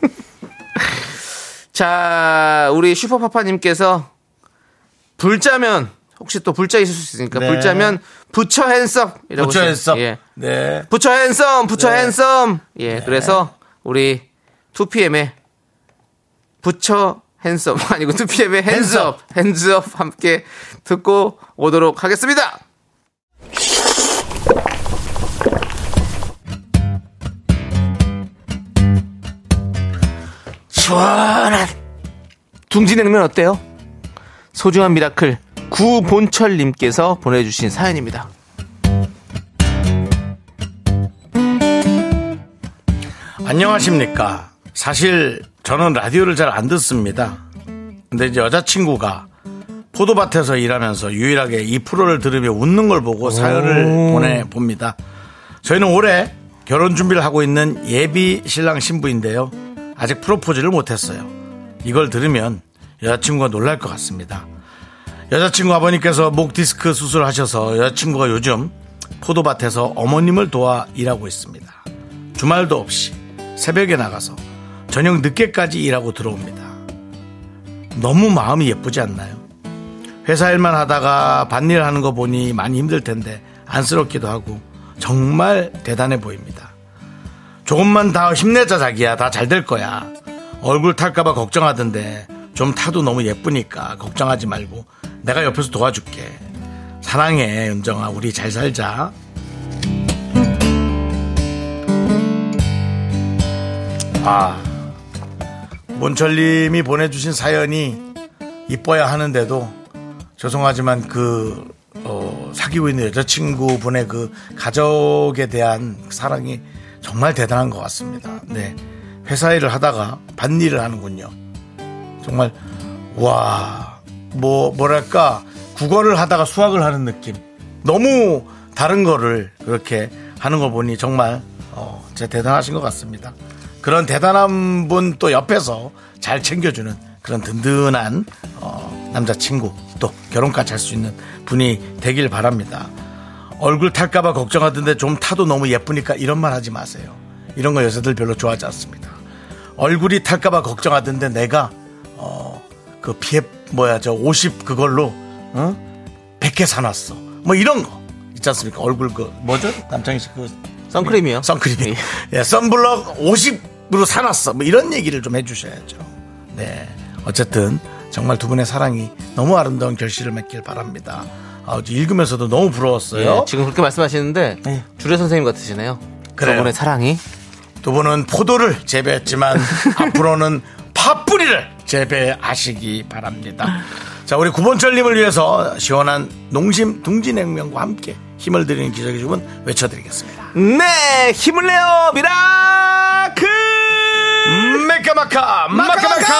자, 우리 슈퍼파파님께서 불자면 혹시 또 불자 있을 수 있으니까 네. 불자면 부처 핸섬이라고 부처 했어. 예. 네. 부처 핸섬, 부처 네. 핸섬. 예, 그래서 우리 2PM의 부처 핸섬 아니고 2PM의 핸즈업, 핸즈업 함께 듣고 오도록 하겠습니다. 시원한 둥지냉면 어때요? 소중한 미라클 구본철님께서 보내주신 사연입니다. 안녕하십니까. 사실 저는 라디오를 잘 안 듣습니다. 근데 이제 여자친구가 포도밭에서 일하면서 유일하게 이 프로를 들으며 웃는 걸 보고 사연을 보내봅니다. 저희는 올해 결혼 준비를 하고 있는 예비 신랑 신부인데요. 아직 프로포즈를 못했어요. 이걸 들으면 여자친구가 놀랄 것 같습니다. 여자친구 아버님께서 목 디스크 수술하셔서 여자친구가 요즘 포도밭에서 어머님을 도와 일하고 있습니다. 주말도 없이 새벽에 나가서 저녁 늦게까지 일하고 들어옵니다. 너무 마음이 예쁘지 않나요? 회사 일만 하다가 밭일 하는 거 보니 많이 힘들 텐데 안쓰럽기도 하고 정말 대단해 보입니다. 조금만 더 힘내자 자기야 다 잘 될 거야. 얼굴 탈까봐 걱정하던데 좀 타도 너무 예쁘니까 걱정하지 말고 내가 옆에서 도와줄게. 사랑해 윤정아 우리 잘 살자. 아 몬철님이 보내주신 사연이 이뻐야 하는데도 죄송하지만 그 어, 사귀고 있는 여자친구분의 그 가족에 대한 사랑이 정말 대단한 것 같습니다. 네 회사 일을 하다가 밭일을 하는군요. 정말 와 뭐 뭐랄까 국어를 하다가 수학을 하는 느낌 너무 다른 거를 그렇게 하는 거 보니 정말 어, 진짜 대단하신 것 같습니다 그런 대단한 분 또 옆에서 잘 챙겨주는 그런 든든한 어, 남자친구 또 결혼까지 할 수 있는 분이 되길 바랍니다 얼굴 탈까봐 걱정하던데 좀 타도 너무 예쁘니까 이런 말 하지 마세요 이런 거 여자들 별로 좋아하지 않습니다 얼굴이 탈까봐 걱정하던데 내가 그 비에 뭐야 저 50 그걸로 어? 100개 사놨어 뭐 이런 거 있지 않습니까 얼굴 그 뭐죠 남창희 씨그 선크림이요. 선크림이 예, 선블럭 50으로 사놨어 뭐 이런 얘기를 좀 해주셔야죠 네 어쨌든 정말 두 분의 사랑이 너무 아름다운 결실을 맺길 바랍니다 아, 어제 읽으면서도 너무 부러웠어요 예, 지금 그렇게 말씀하시는데 예. 주례 선생님 같으시네요. 그래요. 저분의 사랑이 두 분은 포도를 재배했지만 앞으로는 팥뿌리를 재배하시기 바랍니다. 자, 우리 구본철님을 위해서 시원한 농심 둥지냉면과 함께 힘을 드리는 기적의 주문 외쳐드리겠습니다. 네 힘을 내요 미라클 메카마카 마카마카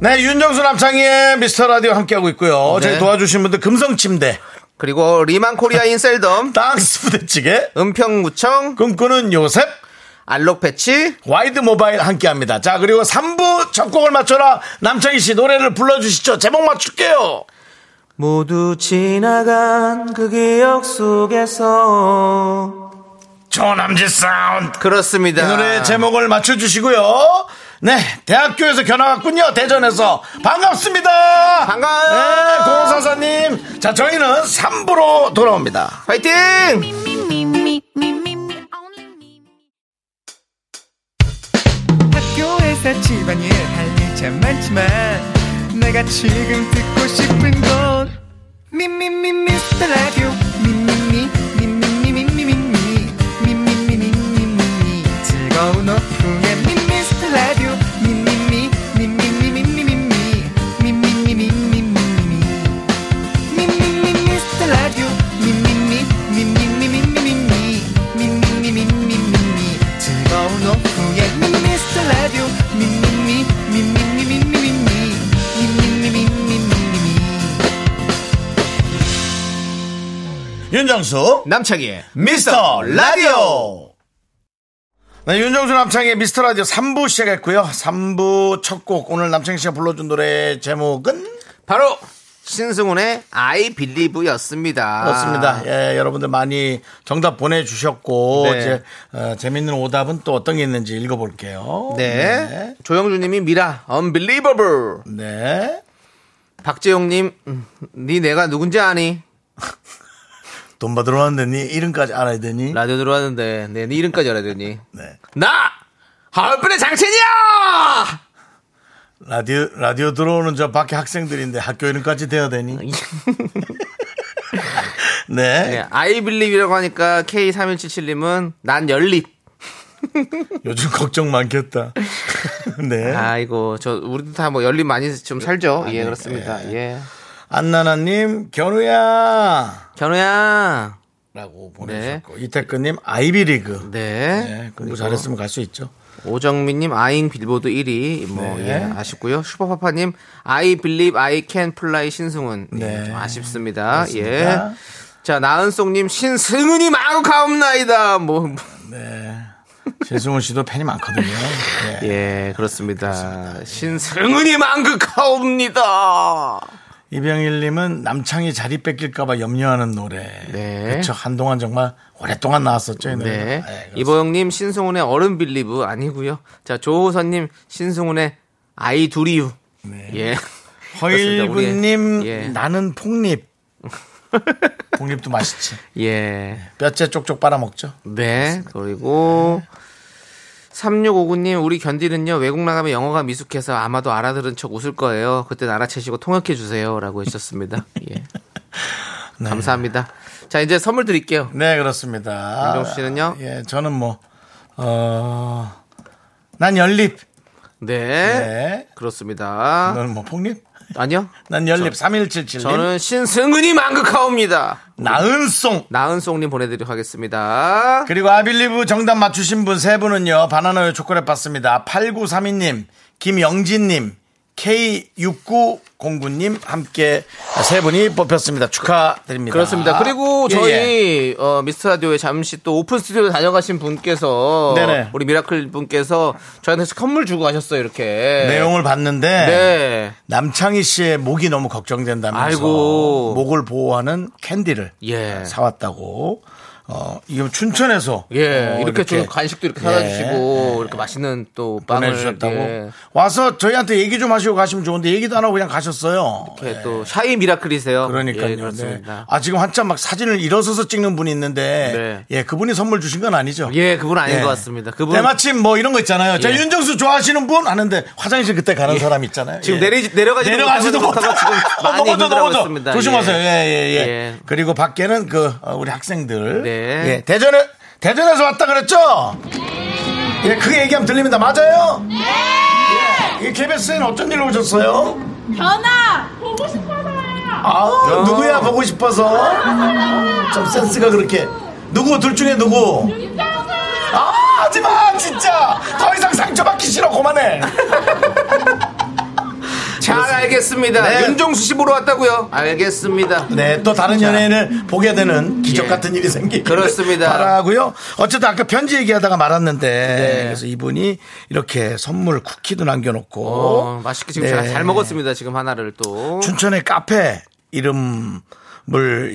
네, 윤정수 남창희의 미스터 라디오 함께하고 있고요. 네. 저희 도와주신 분들 금성침대, 그리고 리만 코리아 인셀덤 땅스 부대찌개, 은평구청 꿈꾸는 요셉, 알록 패치 와이드 모바일 함께 합니다. 자, 그리고 3부 첫 곡을 맞춰라. 남창희 씨 노래를 불러주시죠. 제목 맞출게요. 모두 지나간 그 기억 속에서 조남지 사운드. 이 그렇습니다. 노래 제목을 맞춰주시고요. 네, 대학교에서 견학 왔군요. 대전에서. 반갑습니다. 반가워요. 네, 공사사님. 자, 저희는 3부로 돌아옵니다. 파이팅! me, me, me, me, me, only me. 학교에서 집안일 할 일 참 많지만 내가 지금 듣고 싶은 건 미미미 미스터 라디오 미미미 미미미 미미미 미미미 미미미 미미미 즐거운 오후에 미미스터 라디오 미미미 미미미 미미미 미미미 미미미 미미미 윤정수. 남창희의 미스터 라디오. 네, 윤정수 남창의 미스터 라디오 3부 시작했고요. 3부 첫 곡 오늘 남창희 씨가 불러준 노래 제목은 바로 신승훈의 I Believe였습니다. 그렇습니다. 예, 여러분들 많이 정답 보내주셨고 네. 이제 어, 재밌는 오답은 또 어떤 게 있는지 읽어볼게요. 네. 조영주님이 미라 Unbelievable. 네. 네. 박재용님 음, 네 내가 누군지 아니? 돈 받으러 왔는데 니 이름까지 알아야 되니? 라디오 들어왔는데 내 네, 이름까지 알아야 되니? 네. 나 하얼빈의 장첸이야. 라디오 라디오 들어오는 저 밖에 학생들인데 학교 이름까지 돼야 되니? 네. 아, 네, I Believe이라고 하니까 K3177님은 난 열립. 요즘 걱정 많겠다. 네. 아이고 저 우리도 다 뭐 열립 많이 좀 살죠. 예 그렇습니다. 예. 안나나님, 견우야. 견우야 라고 보내주셨고 이태근님 아이비리그 네. 네, 공부 그리고 잘했으면 갈 수 있죠 오정민님 아잉 빌보드 1위 뭐 네. 예, 아쉽고요. 슈퍼파파님 I Believe I Can Fly 신승훈 예, 네. 좀 아쉽습니다. 그렇습니다. 예. 자 나은송님 신승훈이 마구 가옵나이다. 뭐, 뭐 신승훈 씨도 팬이 많거든요 네. 예, 그렇습니다. 신승훈이 망극 가옵니다. 이병일님은 남창이 자리 뺏길까봐 염려하는 노래 네. 그쵸 한동안 정말 오랫동안 나왔었죠 이 노래 네. 이보영님, 신승훈의 얼음 빌리브 아니고요 자, 조호선님, 신승훈의 아이 두리유. 예. 허일구님 그렇습니다. 우리- 예. 나는 폭립 폭립도 맛있지 예. 뼈째 쪽쪽 빨아먹죠 네. 그리고 3659님, 우리 견디는요, 외국 나가면 영어가 미숙해서 아마도 알아들은 척 웃을 거예요. 그땐 알아채시고 통역해주세요. 라고 해주셨습니다. 예. 감사합니다. 자, 이제 선물 드릴게요. 네 그렇습니다 윤정수 씨는요? 예 저는 뭐 어... 난 연립 네. 네. 그렇습니다. 너는 뭐 폭립? 아니요. 난 연립 3177님 저는 신승은이 망극하옵니다. 나은송 나은송님 보내드리도록 하겠습니다. 그리고 아빌리브 정답 맞추신 분 세 분은요. 바나나의 초콜릿 받습니다. 8932님, 김영진님, K6909님 함께 세 분이 뽑혔습니다. 축하드립니다. 그렇습니다. 그리고 예, 저희 예. 어, 미스터 라디오에 잠시 또 오픈 스튜디오 다녀가신 분께서 네네. 우리 미라클 분께서 저희한테 선물 주고 가셨어요. 이렇게 내용을 봤는데 네. 남창희 씨의 목이 너무 걱정된다면서 아이고. 목을 보호하는 캔디를 예. 사왔다고. 어, 이거 춘천에서 예, 어, 이렇게, 좀 간식도 이렇게 사다 예, 주시고 이렇게 맛있는 또 빵을 보내주셨다고 예, 와서 저희한테 얘기 좀 하시고 가시면 좋은데 얘기도 안 하고 그냥 가셨어요. 예. 이렇게 또 샤이 미라클이세요. 그러니까요. 예, 네. 그렇습니다. 아 지금 한참 막 사진을 일어서서 찍는 분이 있는데 예 그분이 선물 주신 건 아니죠. 네. 예, 그분 아닌 예. 것 같습니다. 그분 때마침 뭐 이런 거 있잖아요. 저 예. 윤정수 좋아하시는 분 하는데 화장실 그때 가는 사람 있잖아요. 지금 예. 내리- 내려가지도 내려가지도 못하고 못하고 지금 많이 넘어져 힘들어하고 넘어져. 있습니다. 조심하세요. 예. 예예예. 예. 그리고 밖에는 그 어, 우리 학생들 네. 예. 대전에 대전에서 왔다 그랬죠? 예, 그 얘기하면 들립니다. 맞아요? 네. 예. 이 KBS에는 어쩐 일로 오셨어요? 변아 보고 싶어서 아우 누구야 보고 싶어서 아우, 참 센스가 그렇게 누구 둘 중에 누구 아 하지마 진짜 더 이상 상처받기 싫어 그만해 잘 알겠습니다. 네. 윤종수 씨 보러 왔다고요? 알겠습니다. 네 또 다른 연예인을 보게 되는 기적 예. 같은 일이 생기 그렇습니다. 바라고요 어쨌든 아까 편지 얘기하다가 말았는데 네. 그래서 이분이 이렇게 선물 쿠키도 남겨놓고 어, 맛있게 지금 네. 제가 잘 먹었습니다. 지금 하나를 또. 춘천의 카페 이름을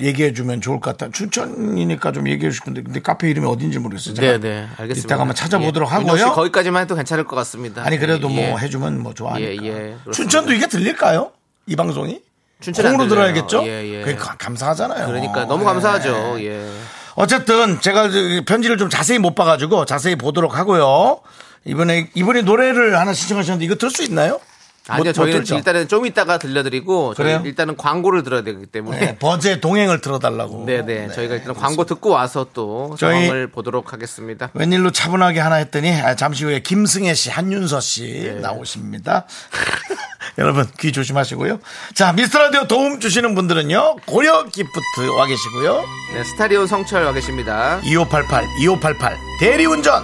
얘기해주면 좋을 것 같아요. 춘천이니까 좀 얘기해 주실 데 근데 카페 이름이 어딘지 모르겠어요. 제가 네, 네. 알겠습니다. 이따가 한번 찾아보도록 예. 윤정 씨 하고요. 거기까지만 해도 괜찮을 것 같습니다. 아니 그래도 예. 뭐 해주면 뭐 좋아하니까. 예, 예. 그렇습니다. 춘천도 이게 들릴까요? 이 방송이? 춘천에 안 콩으로 들려요. 들어야겠죠? 예, 예. 그게 가- 감사하잖아요. 그러니까 너무 네. 감사하죠. 예. 어쨌든 제가 그 편지를 좀 자세히 못 봐가지고 자세히 보도록 하고요. 이번에 이번에 노래를 하나 신청하셨는데 이거 들 수 있나요? 아니요, 못- 못 저희는 들죠? 일단은 좀 이따가 들려드리고 저희 그래요? 일단은 광고를 들어야 되기 네, 때문에 버즈의 동행을 들어달라고. 네, 네. 저희가 일단 광고 듣고 와서 또 저희- 상황을 보도록 하겠습니다. 웬일로 차분하게 하나 했더니 아, 잠시 후에 김승혜 씨, 한윤서 씨 나오십니다. 여러분 귀 조심하시고요. 자 미스터라디오 도움 주시는 분들은요 고려 기프트 와 계시고요. 네, 스타리온 성철 와 계십니다. 2588, 2588 대리운전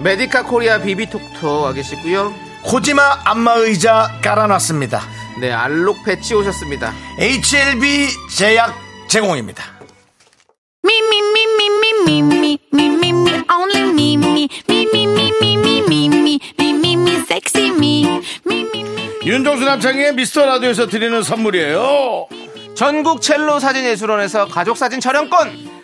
메디카 코리아 비비톡톡 와 계시고요. 코지마 안마의자 깔아놨습니다. 네, 알록 패치 오셨습니다. HLB 제약 제공입니다. Me, me, me, me, me, me, me, me, me, me, only me, me, me, me, me, me, me, me, me, me, me, me, sexy me, me, me, me. 윤종수 남창의 미스터라디오에서 드리는 선물이에요. 전국 첼로 사진 예술원에서 가족 사진 촬영권.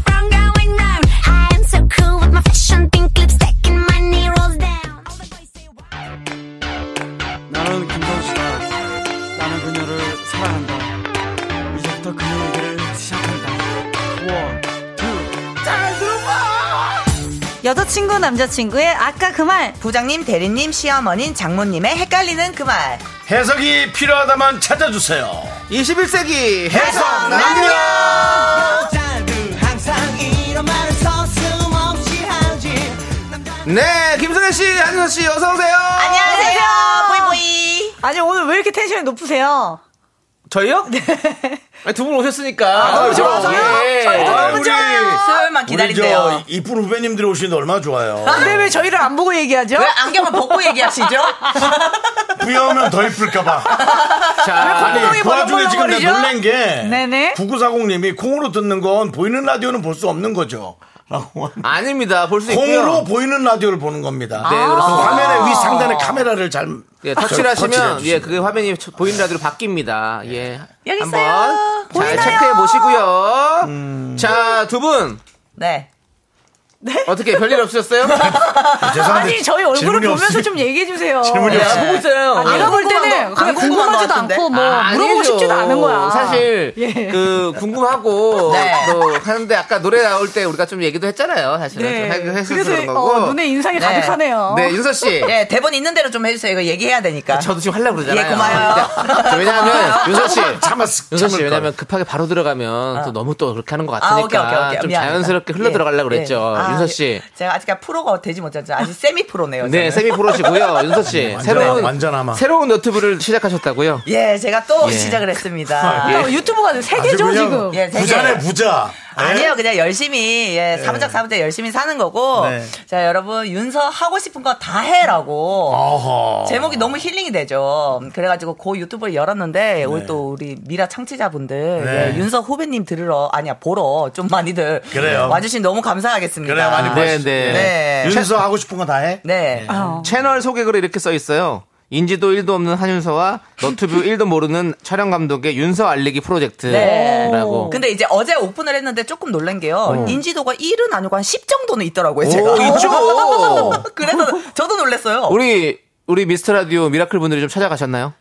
front going round. I am so cool with my fashion pink lipstick and my knee rolls down. All the boys say, wow. 나는 김성수다. 나는 그녀를 사랑한다. 이제부터 그녀에게를 시작한다. 원, 투, 잘 들어봐! 여자친구 남자친구의 아까 그 말 부장님 대리님 시어머님 장모님의 헷갈리는 그 말 해석이 필요하다만 찾아주세요. 21세기 해석 남녀. 네 김선혜 씨 한선 씨 어서 오세요. 안녕하세요 보이보이 아니 오늘 왜 이렇게 텐션이 높으세요 저희요? 두 분 오셨으니까. 너무 네. 좋아서요? 예. 저희 너무 네. 너무 좋아요 수요일만 우리 저 이쁜 후배님들이 오시는데 얼마나 좋아요. 근데 왜 저희를 안 보고 얘기하죠? 왜 안경을 벗고 얘기하시죠? 부여하면 더 이쁠까봐. 자, 네. 아니, 그 와중에 지금 내가 놀란 게. 네네. 9940님이 콩으로 듣는 건 보이는 라디오는 볼 수 없는 거죠. 라고. 아닙니다. 볼 수 있고요. 콩으로 보이는 라디오를 보는 겁니다. 네, 그 그렇습니다. 화면의 위 상단에 카메라를 잘. 예, 저- 터치를 터치를 하시면 해주시면. 예, 그게 화면이 처- 보이는 라디오로 바뀝니다. 예. 여기 한번 있어요. 잘 체크해 보시고요. 음. 자, 두 분. 네 뭐, 어떻게 별일 없으셨어요? 죄송한데 아니 저희 얼굴을 질문이 보면서 없으- 좀 얘기해 주세요. 질문이 네. 없어요. 보고 있어요. 안 내가 볼 아, 궁금한 때는 거, 그냥 안 궁금한 궁금하지도 것 같은데? 않고 뭐 아, 물어보고 아니죠. 싶지도 않은 거야. 사실 그 궁금하고 예. 네. 또 하는데 아까 노래 나올 때 우리가 좀 얘기도 했잖아요. 사실은 네. 좀 해서 그래서 그런 거고. 어, 눈에 인상이 네. 가득하네요. 네, 윤서 씨. 예, 대본 있는 대로 좀 해주세요. 이거 얘기해야 되니까. 저도 지금 하려고 그러잖아요. 네. 예, 고마워요. 저 왜냐하면 윤서 씨. 아, 참았, 윤서 씨 참을 걸. 왜냐면 급하게 바로 들어가면 또 너무 또 그렇게 하는 것 아, 같으니까 오케이, 오케이, 오케이. 좀 미안합니다. 자연스럽게 흘러 예, 들어가려고 그랬죠. 예. 아, 윤서 예. 씨. 제가 아직 프로가 되지 못했죠. 아직 세미 프로네요. 네, 저는. 세미 프로시고요. 윤서 씨. 예, 새로운 완전 아마. 새로운 너트브를 시작하셨다고요? 예, 제가 또 예. 시작을 했습니다. 어, 유튜브가 세 아, 예. 아주 개죠 그냥 지금. 예, 되게- 부자네, 부자. 예? 아니에요, 그냥 열심히 예, 사무작 사무작 열심히 사는 거고. 네. 자, 여러분 윤서 하고 싶은 거 다 해라고. 어허. 제목이 너무 힐링이 되죠. 그래가지고 그 유튜브를 열었는데 우리 또 우리 미라 청취자분들 네. 예, 윤서 후배님 들으러 아니야 보러 좀 많이들 그래요. 와주신 너무 감사하겠습니다. 그래, 많이 네, 보시죠. 네. 네. 윤서 하고 싶은 거 다 해? 네. 채널 소개글에 이렇게 써 있어요. 인지도 1도 없는 한윤서와 너튜브 1도 모르는 촬영 감독의 윤서 알리기 네. 프로젝트라고. 근데 이제 어제 오픈을 했는데 조금 놀란 게요. 인지도가 1은 아니고 한 10 정도는 있더라고요, 제가. 오, 있죠. 그래서 저도 놀랐어요. 우리 우리 미스터 라디오 미라클 분들이 좀 찾아가셨나요?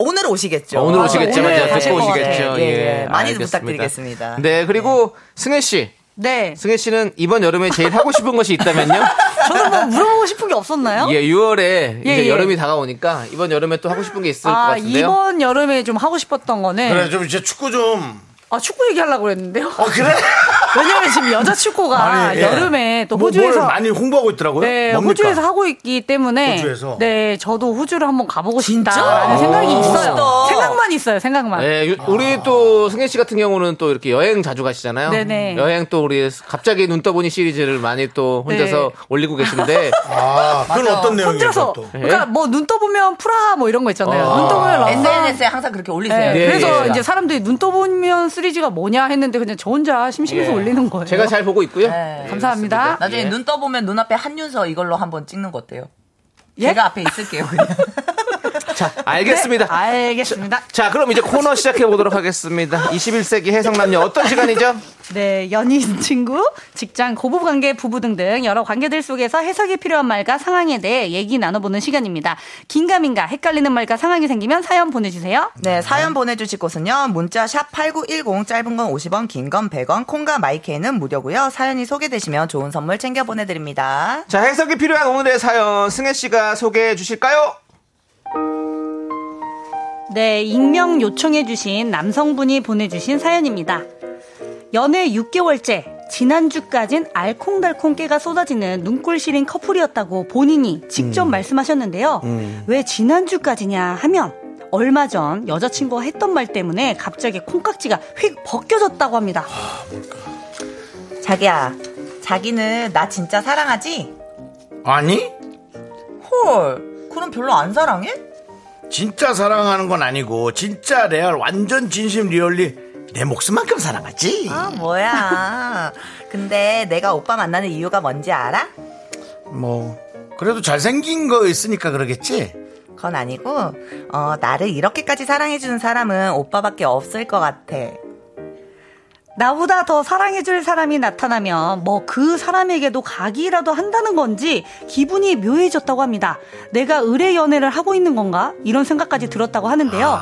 오늘 오시겠죠. 어, 오늘 오시겠죠, 오늘 맞아요. 가실 듣고 것 오시겠죠. 같아요. 예, 예, 예. 많이 알겠습니다. 부탁드리겠습니다. 예. 네, 그리고 승혜 씨, 네. 승혜 씨는 이번 여름에 제일 하고 싶은 것이 있다면요? 저는 뭐 물어보고 싶은 게 없었나요? 예, 6월에 예, 이제 예. 여름이 다가오니까 이번 여름에 또 하고 싶은 게 있을 것 아 같은데요. 이번 여름에 좀 하고 싶었던 거는 그래, 좀 이제 축구 좀. 아 축구 얘기하려고 그랬는데요. 아, 어, 그래? 왜냐면 지금 여자 축구가 아니, 예. 여름에 또 뭐, 뭘 호주에서 많이 홍보하고 있더라고요. 네, 어? 뭡니까? 호주에서 하고 있기 때문에 호주에서? 네, 저도 호주를 한번 가보고 진짜? 싶다라는 생각이 있어요. 멋있다. 생각만 있어요, 생각만. 예, 유- 우리 또 승혜 씨 같은 경우는 또 이렇게 여행 자주 가시잖아요. 네네. 여행 또 우리 갑자기 눈 떠보니 시리즈를 많이 또 혼자서 네. 올리고 계신데 아, 그건 어떤 내용이에요? 혼자서 그것도? 그러니까 뭐 눈 떠보면 프라하 뭐 이런 거 있잖아요. 어. 눈 떠보면 네. 런던. SNS에 항상 그렇게 올리세요. 네, 예, 그래서 예. 이제 사람들이 눈 떠보면 시리즈가 뭐냐 했는데 그냥 저 혼자 심심해서 예. 올리는 거예요. 제가 잘 보고 있고요. 네. 예, 감사합니다. 그렇습니다. 나중에 예. 눈 떠보면 눈앞에 한윤서 이걸로 한번 찍는 거 어때요? 예? 제가 앞에 있을게요, 그냥. 네, 자, 알겠습니다. 네, 알겠습니다. 자, 그럼 이제 코너 시작해 보도록 하겠습니다. 21세기 해성남녀 어떤 시간이죠? 네, 연인, 친구, 직장, 고부관계, 부부 등등 여러 관계들 속에서 해석이 필요한 말과 상황에 대해 얘기 나눠보는 시간입니다. 긴가민가 헷갈리는 말과 상황이 생기면 사연 보내주세요. 네, 사연 보내주실 곳은요. 문자 샵 8910 짧은 건 50원, 긴 건 100원, 콩과 마이케이는 무료고요. 사연이 소개되시면 좋은 선물 챙겨 보내드립니다. 자, 해석이 필요한 오늘의 사연 승혜 씨가 소개해 주실까요? 네, 익명 요청해주신 남성분이 보내주신 사연입니다. 연애 6개월째, 지난주까진 알콩달콩 깨가 쏟아지는 눈꼴 시린 커플이었다고 본인이 직접 말씀하셨는데요. 왜 지난주까지냐 하면, 얼마 전 여자친구가 했던 말 때문에 갑자기 콩깍지가 휙 벗겨졌다고 합니다. 자기야, 자기는 나 진짜 사랑하지? 아니? 헐, 그럼 별로 안 사랑해? 진짜 사랑하는 건 아니고, 진짜 레알, 완전 진심 리얼리, 내 목숨만큼 사랑하지? 아, 뭐야. 근데 내가 오빠 만나는 이유가 뭔지 알아? 뭐, 그래도 잘생긴 거 있으니까 그러겠지? 그건 아니고, 어, 나를 이렇게까지 사랑해주는 사람은 오빠밖에 없을 것 같아. 나보다 더 사랑해줄 사람이 나타나면 뭐 그 사람에게도 가기라도 한다는 건지 기분이 묘해졌다고 합니다. 내가 의뢰 연애를 하고 있는 건가? 이런 생각까지 들었다고 하는데요.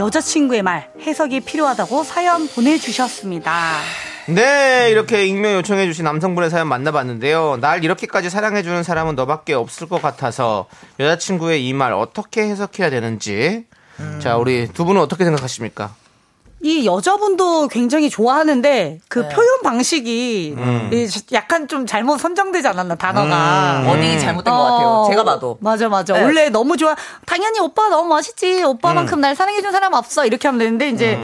여자친구의 말 해석이 필요하다고 사연 보내주셨습니다. 네, 이렇게 익명 요청해주신 남성분의 사연 만나봤는데요. 날 이렇게까지 사랑해주는 사람은 너밖에 없을 것 같아서 여자친구의 이 말 어떻게 해석해야 되는지. 자, 우리 두 분은 어떻게 생각하십니까? 이 여자분도 굉장히 좋아하는데 그 표현 방식이 이 약간 좀 잘못 선정되지 않았나 단어가. 음. 어디 잘못된 것 같아요. 어, 제가 봐도. 맞아 맞아 네. 원래 너무 좋아 당연히 오빠 너무 멋있지 음. 오빠만큼 날 사랑해준 사람 없어 이렇게 하면 되는데 이제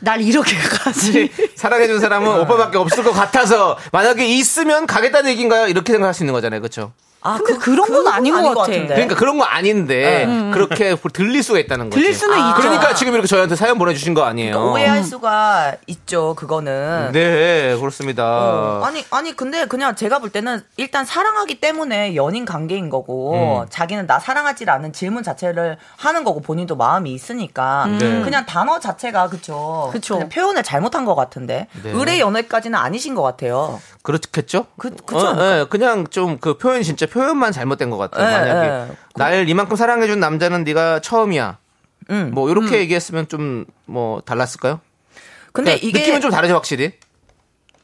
날 네. 이렇게까지 사랑해주는 사람은 오빠밖에 없을 것 같아서 만약에 있으면 가겠다는 얘기인가요? 이렇게 생각할 수 있는 거잖아요. 그렇죠 아, 근데 그런 건 아닌 것 같아. 같은데. 그러니까 그런 거 아닌데 그렇게 들릴 수가 있다는 거지. 음, 들릴 수는 있죠. 그러니까 그러니까 지금 이렇게 저희한테 사연 보내주신 거 아니에요. 오해할 수가 있죠. 그거는. 네, 어. 그렇습니다. 어. 아니 아니 근데 그냥 제가 볼 때는 일단 사랑하기 때문에 연인 관계인 거고 음. 자기는 나 사랑하지 않은 질문 자체를 하는 거고 본인도 마음이 있으니까 네. 그냥 단어 자체가 그쵸 그쵸. 그냥 표현을 잘못한 것 같은데 네. 의뢰 연애까지는 아니신 것 같아요 그렇겠죠? 그- 그렇지 어, 않을까? 예, 그냥 좀 그 표현 진짜 표현만 잘못된 것 같아요. 예, 만약에 예. 날 이만큼 사랑해준 남자는 네가 처음이야. 음. 뭐 이렇게 얘기했으면 좀 뭐 달랐을까요? 근데 그러니까 이게 느낌은 좀 다르죠 확실히.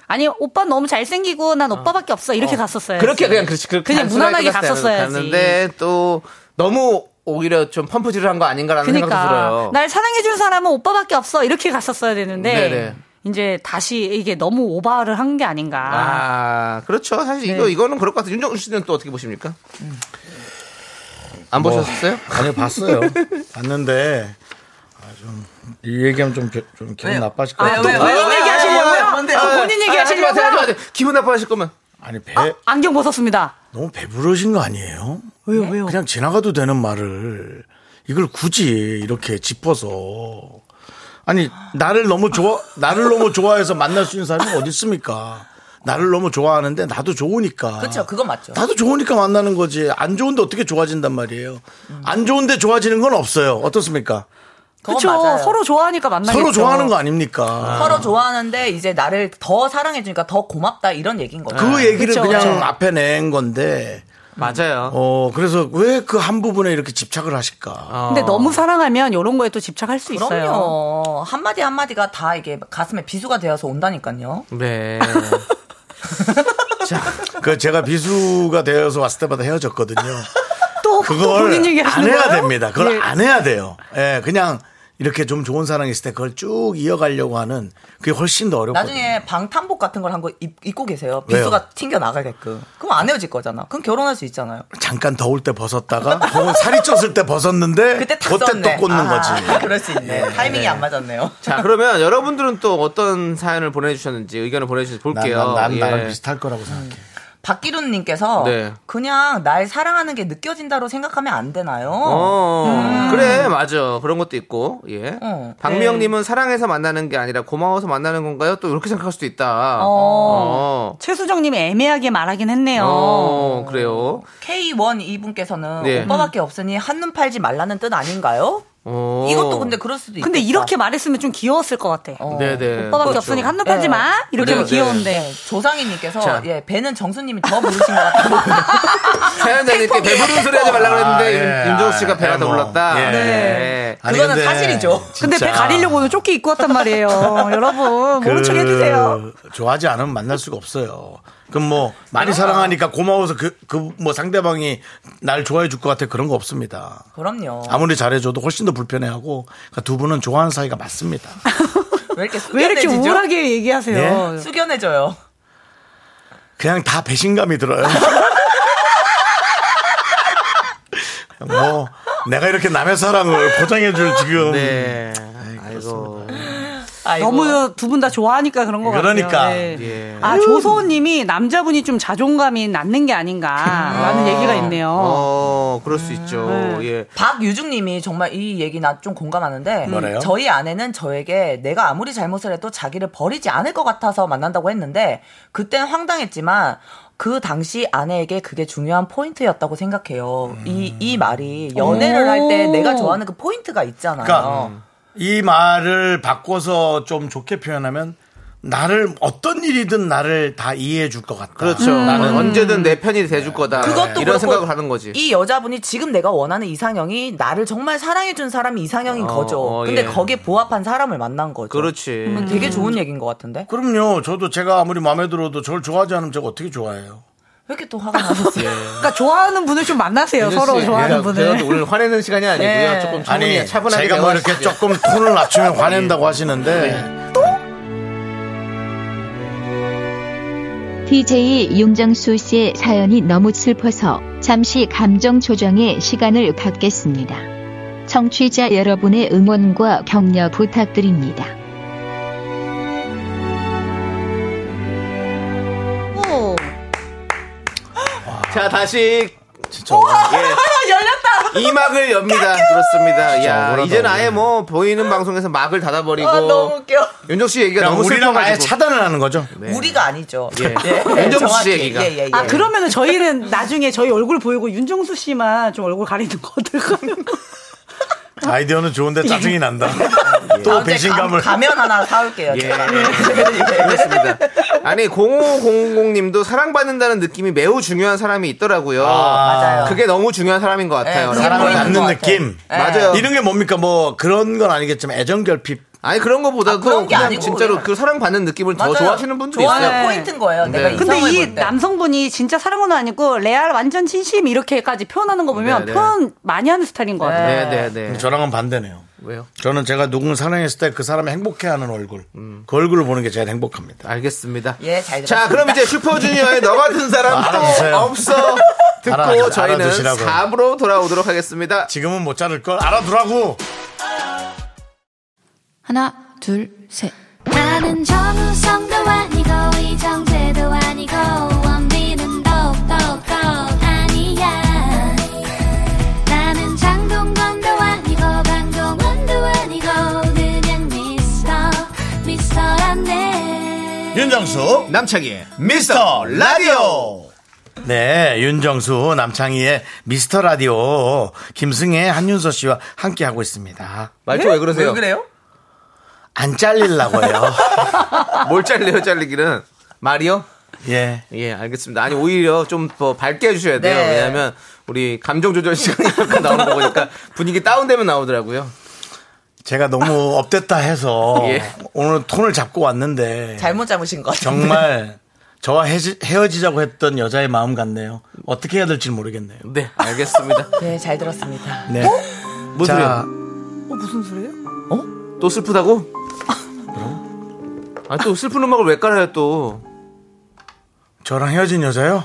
아니 오빠 너무 잘생기고 난 오빠밖에 없어 이렇게 갔었어요. 그렇게 그냥 그렇지 그렇게 그냥 단순하게 무난하게 끝났어요. 갔었어야지. 갔는데 또 너무 오히려 좀 펌프질을 한 거 아닌가라는 생각도 그러니까 들어요. 날 사랑해준 사람은 오빠밖에 없어 이렇게 갔었어야 되는데 음, 네네. 이제 다시 이게 너무 오바를 한 게 아닌가. 아 그렇죠. 사실 이거 이거는 그럴 것 같아요. 윤정수 씨는 또 어떻게 보십니까? 안 보셨어요? 아니요, 봤어요. 봤는데, 아, 좀, 이 얘기하면 좀, 겨- 좀 기분 나빠질 것 같아요. 본인 얘기하시려고요? 아, 본인 하지 마세요, 하지 얘기하시려고요? 마세요. 기분 나빠하실 거면. 아니, 배, 안경 벗었습니다. 너무 배부르신 거 아니에요? 왜요, 네. 왜요? 그냥 지나가도 되는 말을 이걸 굳이 이렇게 짚어서 아니 나를 너무 좋아 나를 너무 좋아해서 만날 수 있는 사람이 어디 있습니까? 나를 너무 좋아하는데 나도 좋으니까. 그쵸 그건 맞죠 나도 좋으니까 만나는 거지. 안 좋은데 어떻게 좋아진단 말이에요. 안 좋은데 좋아지는 건 없어요. 어떻습니까? 그건 그쵸. 맞아요 서로 좋아하니까 만나겠죠. 서로 좋아하는 거 아닙니까? 서로 좋아하는데 이제 나를 더 사랑해주니까 더 고맙다 이런 얘기인 거죠 그 얘기를 그쵸, 그냥 그쵸. 앞에 낸 건데. 맞아요. 어 그래서 왜 그 한 부분에 이렇게 집착을 하실까? 어. 근데 너무 사랑하면 이런 거에 또 집착할 수 있어요. 그럼요 한마디 한마디가 다 이게 가슴에 비수가 되어서 온다니까요 네. 그 제가 비수가 되어서 왔을 때마다 헤어졌거든요. 또, 또 그걸 본인 안 얘기하시는 해야 거예요? 됩니다. 그걸 예. 안 해야 돼요. 예, 그냥 이렇게 좀 좋은 사랑 있을 때 그걸 쭉 이어가려고 하는 그게 훨씬 더 어렵거든요. 나중에 방탄복 같은 걸 한 거 입고 계세요. 왜요? 비수가 튕겨 나가게끔. 그럼 안 헤어질 거잖아. 그럼 결혼할 수 있잖아요. 잠깐 더울 때 벗었다가 혹은 살이 쪘을 때 벗었는데 그때 탁 그때 썼네. 또 꽂는 아, 거지. 그럴 수 있네. 타이밍이 안 맞았네요. 자, 그러면 여러분들은 또 어떤 사연을 보내주셨는지 의견을 보내주셨는지 볼게요. 난, 난, 난 나랑 예. 비슷할 거라고 생각해. 박기룬님께서 네. 그냥 날 사랑하는 게 느껴진다로 생각하면 안 되나요? 어, 그래, 음. 맞아. 그런 것도 있고, 예. 어. 박미영님은 네. 사랑해서 만나는 게 아니라 고마워서 만나는 건가요? 또 이렇게 생각할 수도 있다. 어. 어. 최수정님 애매하게 말하긴 했네요. 어, 그래요. K1 이분께서는 네. 오빠밖에 없으니 한눈 팔지 말라는 뜻 아닌가요? 어. 이것도 근데 그럴 수도 있겠다. 어, 근데 이렇게 말했으면 좀 귀여웠을 것 같아. 네네. 오빠밖에 그렇죠. 없으니까 한눈 팔지 마. 이렇게 그래요, 하면 네. 귀여운데. 자. 조상희님께서 예, 배는 정수님이 더 부르신 것 같다고. 사연자님께 배부른 소리 하지 말라고 아, 했는데, 예. 윤- 윤정수 씨가 배가 아, 더 뭐. 불렀다. 예. 네. 아니, 그거는 근데 사실이죠. 근데 진짜 그 배 가리려고 오늘 조끼 입고 왔단 말이에요. 여러분, 모른 척 해주세요. 좋아하지 않으면 만날 수가 없어요. 그럼 뭐 많이 사랑하니까 고마워서 그 그 뭐 상대방이 날 좋아해 줄 것 같아 그런 거 없습니다. 어. 그럼요. 아무리 잘해줘도 훨씬 더 불편해하고 그러니까 두 분은 좋아하는 사이가 맞습니다. 왜 이렇게 왜 이렇게 숙연해지죠? 우울하게 얘기하세요? 숙연해져요. 그냥 다 배신감이 들어요. 뭐 내가 이렇게 남의 사랑을 보장해줄 지금 네. 아이고. 네? 아이고. 너무 두 분 다 좋아하니까 그런 거 같아요. 그러니까. 네. 예. 아 조소호님이 남자분이 좀 자존감이 낮는 게 아닌가라는 얘기가 있네요. 어, 그럴 수 있죠. 예. 박유중님이 정말 이 얘기 나 좀 공감하는데 음. 뭐래요? 저희 아내는 저에게 내가 아무리 잘못을 해도 자기를 버리지 않을 것 같아서 만난다고 했는데 그땐 황당했지만 그 당시 아내에게 그게 중요한 포인트였다고 생각해요. 음. 이 이 말이 연애를 할 때 오. 내가 좋아하는 그러니까, 음. 그 어. 포인트가 있잖아요. 그러니까 이 말을 바꿔서 좀 좋게 표현하면 나를 어떤 일이든 나를 다 이해해 줄 것 같다. 그렇죠. 나는 언제든 내 편이 돼줄 거다. 그것도 이런 그렇고 생각을 하는 거지. 이 여자분이 지금 내가 원하는 이상형이 나를 정말 사랑해준 사람이 이상형인 어, 거죠. 어, 근데 예. 거기에 보합한 사람을 만난 거죠. 그렇지. 음, 되게 좋은 얘기인 것 같은데. 그럼요. 저도 제가 아무리 마음에 들어도 저를 좋아하지 않으면 제가 어떻게 좋아해요? 왜 이렇게 또 화가 나셨어요? 예. 그러니까 좋아하는 분을 좀 만나세요. 민수 씨, 네, 그렇죠. 서로 좋아하는 내가- 내가 분을. 또 오늘 화내는 시간이 아니고요. 네. 조금 차분히 아니, 차분하게 제가 뭐 이렇게 대화하시죠. 예. 네. 조금 톤을 낮추면 화낸다고 하시는데 DJ 윤정수 씨의 사연이 너무 슬퍼서 잠시 감정 조정의 시간을 갖겠습니다. 청취자 여러분의 응원과 격려 부탁드립니다. 오. 자 다시 예. 열렸다. 이 막을 엽니다. 그렇습니다. 야 억울하다, 이제는 아예 억울해. 뭐 보이는 방송에서 막을 닫아버리고 아, 너무 웃겨. 윤정 씨 얘기가 그냥 그러니까 너무 우리랑 아예 슬퍼가지고 차단을 하는 거죠. 네. 우리가 아니죠. 예. 윤정수 씨 정확히. 얘기가. 예, 예, 예. 아 그러면은 저희는 나중에 저희 얼굴 보이고 윤종수 씨만 좀 얼굴 가리는 거 어떨까요? 아이디어는 좋은데 짜증이 난다. 또 다음 주에 아, 배신감을. 가, 면 하나 사올게요. 예. 제가. 그렇습니다. 아니 0500님도 사랑받는다는 느낌이 매우 중요한 사람이 있더라고요. 맞아요. 그게 너무 중요한 사람인 것 같아요. 예, 그게 사랑을 보이는 낳는 것 같아. 느낌. 예. 맞아요. 이런 게 뭡니까? 뭐 그런 건 아니겠지만 애정결핍. 아니 그런 거보다도 아, 그런 게 그냥 아니고 진짜로 그냥. 그 사랑받는 느낌을 더 맞아요. 좋아하시는 분들이 좋아하는 있어요. 포인트인 거예요. 네. 내가 근데 이성을 이 볼 때. 남성분이 진짜 사랑은 아니고 레알 완전 진심 이렇게까지 표현하는 거 보면 네, 네. 표현 많이 하는 스타일인 것 예. 같아요. 네네네. 저랑은 반대네요. 왜요? 저는 제가 누군가 사랑했을 때 그 사람이 행복해하는 얼굴, 그 얼굴을 보는 게 제일 행복합니다. 알겠습니다. 예, 잘 자, 들었습니다. 그럼 이제 슈퍼주니어의 너 같은 사람 알아주세요. 또 없어 듣고 알아- 저희는 알아주시라고요. 4부로 돌아오도록 하겠습니다. 지금은 못 자를 걸 알아두라고. 하나 둘 셋. 나는 정우성도 아니고 이정재도 아니고 원빈은 더욱더 아니야 나는 장동건도 아니고 강동원도 아니고 그냥 미스터 미스터란데 윤정수 남창희의 미스터 라디오. 네, 윤정수 남창희의 미스터 라디오 김승혜 한윤서 씨와 함께 하고 있습니다. 말투 왜 그러세요? 왜 그래요? 안 잘릴라고 해요. 뭘 잘려요, 잘리기는. 말이요? 예. 예, 알겠습니다. 아니, 오히려 좀 더 밝게 해주셔야 돼요. 네. 왜냐면, 우리 감정 조절 시간이 약간 나오는 거 보니까 분위기 다운되면 나오더라고요. 제가 너무 업됐다 해서 예. 오늘 톤을 잡고 왔는데 잘못 잘못인 것 같아요. 정말 저와 헤지- 헤어지자고 했던 여자의 마음 같네요. 어떻게 해야 될지 모르겠네요. 네, 알겠습니다. 네, 잘 들었습니다. 네. 뭐 자, 어 무슨 소리예요? 또 슬프다고? 아 또 슬픈 음악을 왜 깔아요 또? 저랑 헤어진 여자요?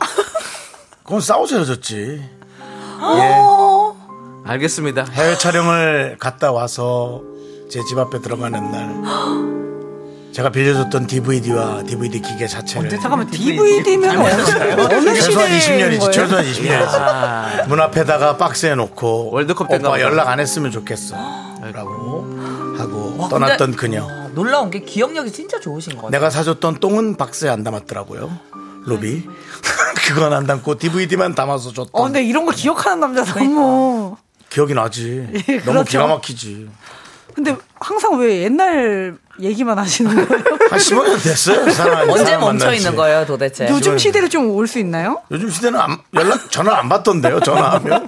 그건 싸워서 헤어졌지. 알겠습니다. 해외 촬영을 갔다 와서 제 집 앞에 들어가는 날 제가 빌려줬던 DVD와 DVD 기계 자체를 잠깐만 DVD면 어느 뭐, 최소한 시대인 20년이지 거예요? 최소한 20년이지 문 앞에다가 박스에 놓고 아. 월드컵 때인가 오빠 보다. 연락 안 했으면 좋겠어 라고 어, 하고 와, 뭐 떠났던 근데- 그녀 아, 놀라운 게 기억력이 진짜 좋으신 것 같아요. 내가 사줬던 똥은 박스에 안 담았더라고요 로비 그건 안 담고 DVD만 담아서 줬던 어 근데 이런 거 기억하는 남자 너무. 기억이 나지 예, 너무 그렇죠. 기가 막히지 근데 항상 왜 옛날 얘기만 하시는 거예요? 한 15년 됐어요 그 사람 언제 사람 멈춰 만난 지. 있는 거예요, 네. 도대체? 요즘 시대를 좀 올 수 있나요? 요즘 시대는 안- 연락 전화 안 받던데요. 전화하면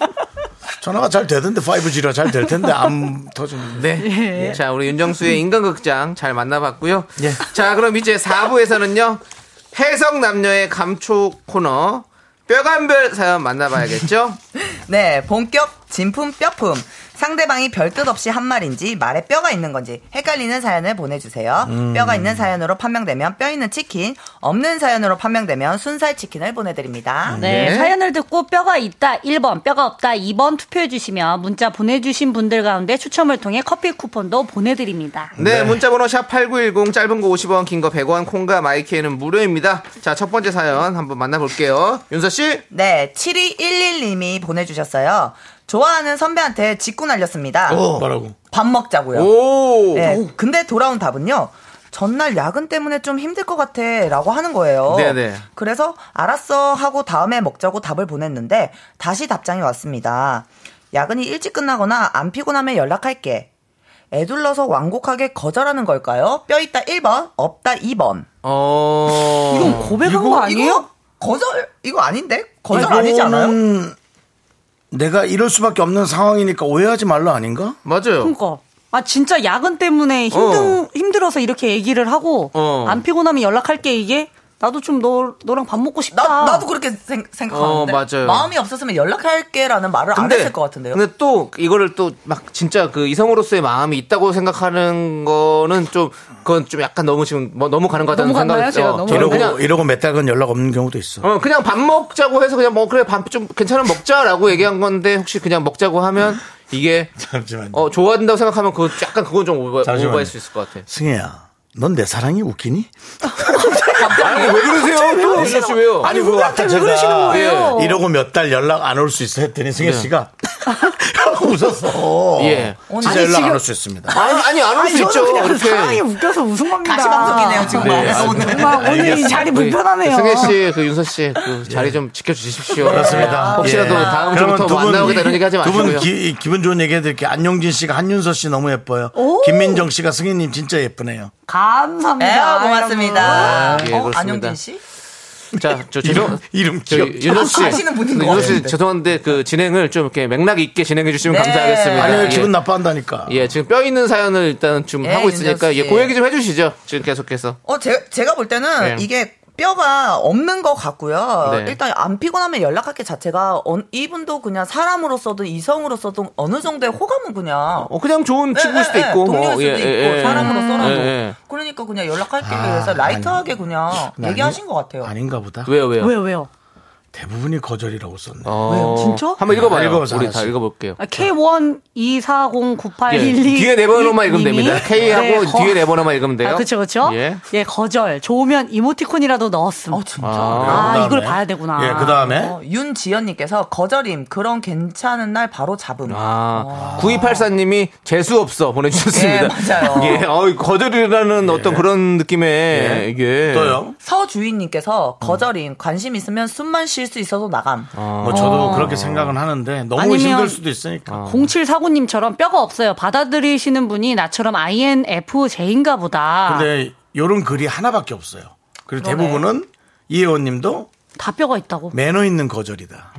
전화가 잘 되던데 5G라 잘 될 텐데 안 터지는데. 네. 자 우리 윤정수의 인간극장 잘 만나봤고요. 예. 자 그럼 이제 4부에서는요 해성 남녀의 감초 코너 뼈간별 사연 만나봐야겠죠? 네, 본격 진품 뼈품. 상대방이 별뜻 없이 한 말인지 말에 뼈가 있는 건지 헷갈리는 사연을 보내주세요. 뼈가 있는 사연으로 판명되면 뼈 있는 치킨, 없는 사연으로 판명되면 순살 치킨을 보내드립니다. 네, 사연을 듣고 뼈가 있다 1번, 뼈가 없다 2번 투표해 주시면 문자 보내주신 분들 가운데 추첨을 통해 커피 쿠폰도 보내드립니다. 네, 문자번호 샵8910 짧은 거 50원 긴 거 100원 콩과 마이키에는 무료입니다. 자 첫 번째 사연 한번 만나볼게요. 윤서 씨. 네, 7211님이 보내주셨어요. 좋아하는 선배한테 직구 날렸습니다. 뭐라고? 밥 먹자고요. 오. 네, 근데 돌아온 답은요. 전날 야근 때문에 좀 힘들 것 같아 라고 하는 거예요. 네네. 그래서 알았어 하고 다음에 먹자고 답을 보냈는데 다시 답장이 왔습니다. 야근이 일찍 끝나거나 안 피곤하면 연락할게. 애둘러서 완곡하게 거절하는 걸까요? 뼈 있다 1번, 없다 2번. 어. 이건 고백한 거 아니에요? 거절 이거 아닌데? 거절 아니지 않아요? 이거는 내가 이럴 수밖에 없는 상황이니까 오해하지 말라 아닌가? 맞아요. 그러니까. 아 진짜 야근 때문에 힘든 힘들어서 이렇게 얘기를 하고 어. 안 피곤하면 연락할게 이게 나도 좀 너 너랑 밥 먹고 싶다. 나, 나도 그렇게 생, 생각하는데 아. 어, 맞아요. 마음이 없었으면 연락할게라는 말을 안 했을 것 같은데요. 근데 또 이거를 또 막 진짜 그 이성으로서의 마음이 있다고 생각하는 거는 좀 그건 좀 약간 너무 지금 뭐 너무 가는 것 같다는 너무 갔나요? 생각이 제가 어, 너무 저는 이러고 그냥 이러고 몇 달간 연락 없는 경우도 있어. 어 그냥 밥 먹자고 해서 그냥 뭐 그래 밥 좀 괜찮으면 먹자라고 얘기한 건데 혹시 그냥 먹자고 하면 이게 잠시만요. 어 좋아한다고 생각하면 그 약간 그건 좀 오버, 잠시만요. 오버할 수 있을 것 같아. 승혜야, 넌 내 사랑이 웃기니? 아니 왜 그러세요? 또 민서 씨 왜요? 아니, 그 아까 제가 어. 거예요? 이러고 몇 달 연락 안 올 수 있어 했더니 승혜 네. 씨가 웃었어. 예. 진짜 연락 안 올 수 있습니다. 아니 아니 안 올 수 있죠. 사랑이 이렇게. 웃겨서 웃은 겁니다. 아. 가시방석이네요 지금 네, 말해서 오늘. 정말 오늘 이 자리 불편하네요. 승혜 씨, 그 윤서 씨, 그 자리 좀 지켜주십시오. 그렇습니다. 아, 혹시라도 예. 다음 그러면 주부터 뭐 두 분, 안 나오겠다 이런 얘기 하지 마시고요. 두분 기분 좋은 얘기 해드릴게요. 안용진 씨가 한윤서 씨 너무 예뻐요. 김민정 씨가 승희님 진짜 예쁘네요. 감사합니다. 에어 여러분. 네, 고맙습니다. 예, 어, 그렇습니다. 안영진 씨? 자, 저 이름, 죄송. 이름 저 기억. 윤서 씨, 그 아시는 분인 것 윤서 씨 같은데. 죄송한데 그 진행을 좀 이렇게 맥락 있게 진행해 주시면 네. 감사하겠습니다. 아니, 예. 왜 기분 나빠한다니까. 예, 지금 뼈 있는 사연을 일단 좀 예, 하고 윤서 있으니까 씨. 예, 그 얘기 좀 해주시죠. 지금 계속해서. 어, 제, 제가 볼 네. 때는 이게 뼈가 없는 것 같고요. 네. 일단 안 피곤하면 연락할 게 자체가 어- 이분도 그냥 사람으로서도 이성으로서도 어느 정도의 호감은 그냥 어, 그냥 좋은 친구일 수도 예, 예, 있고, 동료일 뭐, 수도 예, 있고 예, 예. 사람으로서라도 예, 예. 그러니까 그냥 연락할게 아, 그래서 라이트하게 그냥 아니, 얘기하신 것 같아요. 아닌가 보다. 왜요, 왜요? 왜요 왜요? 대부분이 거절이라고 썼네. 어, 왜요? 진짜? 한번 아, 읽어봐요. 읽어보세요, 우리 하나씩. 다 읽어볼게요. 아, K1 2 4 0 9 8 예, 1 2 뒤에 네 번호만 읽으면 됩니다. K하고 뒤에 네 번호만 읽으면 돼요. 아, 그쵸, 그쵸? 예. 예. 거절. 좋으면 이모티콘이라도 넣었음. 어, 진짜. 아, 아, 그다음에. 이걸 봐야 되구나. 예, 그 다음에. 어, 윤지연님께서 거절임 그런 괜찮은 날 바로 잡음. 아, 9284님이 재수 없어 보내주셨습니다. 예, 맞아요. 예, 어이, 거절이라는 어떤 그런 느낌의 이게 또요. 서주인님께서 거절임 관심 있으면 숨만 쉴 수 있어서 나감. 뭐 저도 그렇게 생각은 하는데 너무 아니면- 어. 힘들 수도 있으니까. 0749님처럼 뼈가 없어요. 받아들이시는 분이 나처럼 INFJ인가 보다. 근데 요런 글이 하나밖에 없어요. 그리고 대부분은 이혜원님도 다 뼈가 있다고. 매너 있는 거절이다.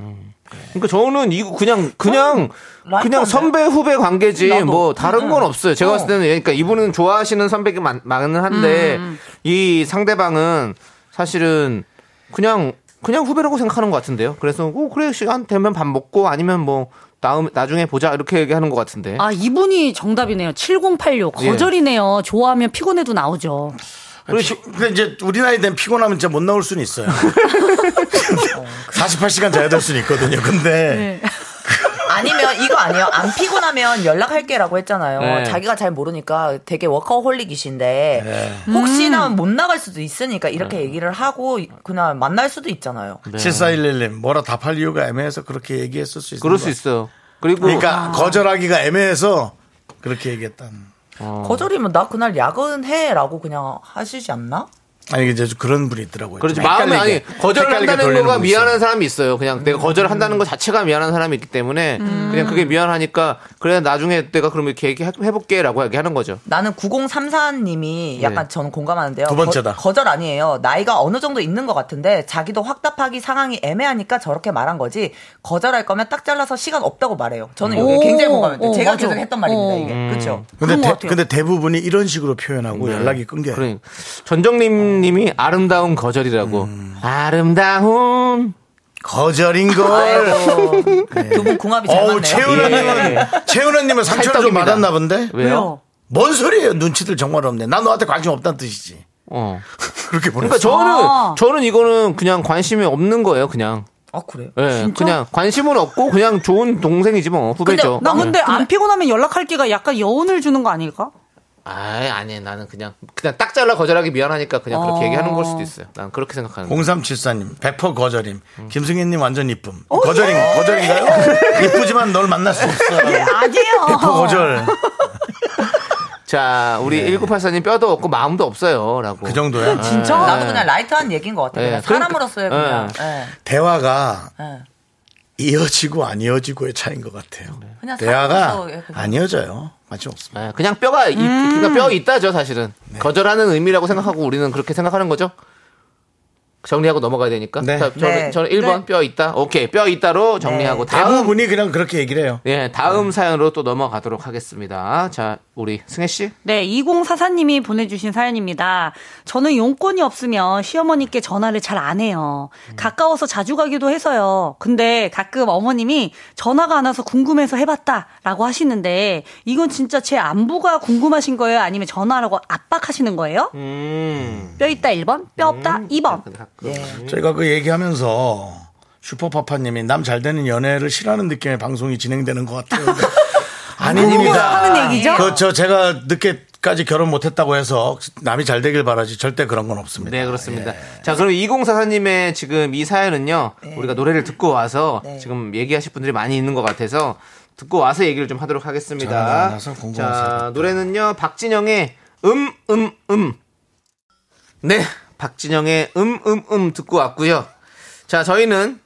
그러니까 저는 이거 그냥 그냥 그냥 라이트한데? 선배 후배 관계지 나도. 뭐 다른 건 없어요. 제가 어. 봤을 때는 그러니까 이분은 좋아하시는 선배긴 많- 많은 한데 음, 이 상대방은 사실은 그냥 그냥 후배라고 생각하는 것 같은데요. 그래서 어, 그래 시간 되면 밥 먹고 아니면 뭐 다음 나중에 보자 이렇게 얘기하는 것 같은데. 아, 이분이 정답이네요. 7086. 예. 거절이네요. 좋아하면 피곤해도 나오죠. 우리 피- 근데 이제 우리 나이 되면 피곤하면 진짜 못 나올 수는 있어요. 48시간 자야 될 수는 있거든요. 근데 아니면 이거 아니에요. 안 피곤하면 연락할게라고 했잖아요. 네. 자기가 잘 모르니까 되게 워커홀릭이신데 혹시나 못 나갈 수도 있으니까 이렇게 얘기를 하고 그냥 만날 수도 있잖아요. 7411님 뭐라 답할 이유가 애매해서 그렇게 얘기했을 수 있어요. 그럴 수 있어요. 그리고 그러니까 거절하기가 애매해서 그렇게 얘기했다는. 거절이면 나 그날 야근해라고 그냥 하시지 않나? 아니 이제 그런 분이 있더라고요. 그렇지 좀 마음이 헷갈리게, 아니 거절을 헷갈리게 한다는 돌리는 거가 분이 있어요. 음. 미안한 사람이 있어요. 그냥 내가 거절을 한다는 것 자체가 미안한 사람이 있기 때문에 음. 그냥 그게 미안하니까 그래 나중에 내가 그럼 이렇게 얘기해볼게라고 얘기하는 거죠. 나는 9034님이 약간 네. 저는 공감하는데요. 예. 두 번째다. 거, 절 아니에요. 나이가 어느 정도 있는 것 같은데 자기도 확답하기 상황이 애매하니까 저렇게 말한 거지 거절할 거면 딱 잘라서 시간 없다고 말해요. 저는 이게 오, 굉장히 공감해요. 오, 제가 맞아. 어. 계속 했던 말입니다. 오. 이게 음. 그렇죠. 근데, 그런 것 대, 같아요. 근데 대부분이 이런 식으로 표현하고 뭐 연락이 끊겨요. 그러니까 전정림님이 아름다운 거절이라고 음. 아름다운 거절인 걸. 두 분 궁합이 잘 어우, 맞네요. 예. 채은아님은, 채은아님은 상처를 좀 찰떡입니다. 받았나 본데? 왜요? 뭔 소리예요? 눈치들 정말 없네. 난 너한테 관심 없다는 뜻이지. 어. 그렇게 보냈어. 그러니까 저는 아. 저는 이거는 그냥 관심이 없는 거예요. 그냥 아 그래요? 예, 그냥 관심은 없고 그냥 좋은 동생이지 뭐 후배죠. 나 네. 근데 안 피곤하면 연락할게가 약간 여운을 주는 거 아닐까? 아이, 아니 나는 그냥 그냥 딱 잘라 거절하기 미안하니까 그냥 그렇게 얘기하는 걸 수도 있어요. 난 그렇게 생각하는. 0374님, 100% 거절임. 김승현님 완전 이쁨. 어, 거절인, 예. 거절인가요? 이쁘지만 널 만날 수 없어. 아니에요. 100% 거절. 자, 우리 1984님 뼈도 없고 마음도 없어요. 라고. 그 정도야. 아. 진짜? 아, 나도 그냥 라이트한 얘기인 것 같아요. 네, 예, 그냥 사람으로서의 그러니까, 그냥 예. 대화가 예. 이어지고 안 이어지고의 차이인 것 같아요. 그냥 대화가 사람으로서의 예, 그냥- 안 이어져요. 맛이 없습니다. 예, 그냥 뼈가 있, 그러니까 뼈 있다죠 사실은 네. 거절하는 의미라고 생각하고 우리는 그렇게 생각하는 거죠. 정리하고 넘어가야 되니까. 자, 저는, 네. 저는 1번 네. 뼈 있다. 오케이 뼈 있다로 정리하고 다음 대부분이 그냥 그렇게 얘기를 해요. 예 다음 네. 사연으로 또 넘어가도록 하겠습니다. 자 우리 승혜 씨. 네, 2044님이 보내주신 사연입니다. 저는 용건이 없으면 시어머니께 전화를 잘 안 해요. 가까워서 자주 가기도 해서요. 근데 가끔 어머님이 전화가 안 와서 궁금해서 해봤다라고 하시는데 이건 진짜 제 안부가 궁금하신 거예요? 아니면 전화라고 압박하시는 거예요? 음. 뼈 있다 1번, 뼈 없다 2번. 음. 예. 저희가 그 얘기하면서 슈퍼파파님이 남 잘 되는 연애를 싫어하는 느낌의 방송이 진행되는 것 같아요. 아닙니다. 하는 얘기죠? 그렇죠. 제가 늦게까지 결혼 못했다고 해서 남이 잘 되길 바라지 절대 그런 건 없습니다. 예. 네 그렇습니다. 자 그럼 2044님의 지금 이 사연은요 네. 우리가 노래를 듣고 와서 지금 얘기하실 분들이 많이 있는 것 같아서 듣고 와서 얘기를 좀 하도록 전화가 안 하겠습니다. 와서 궁금해서 자 노래는요 박진영의 음 음 음. 네 박진영의 음 음 음 듣고 왔고요. 자 저희는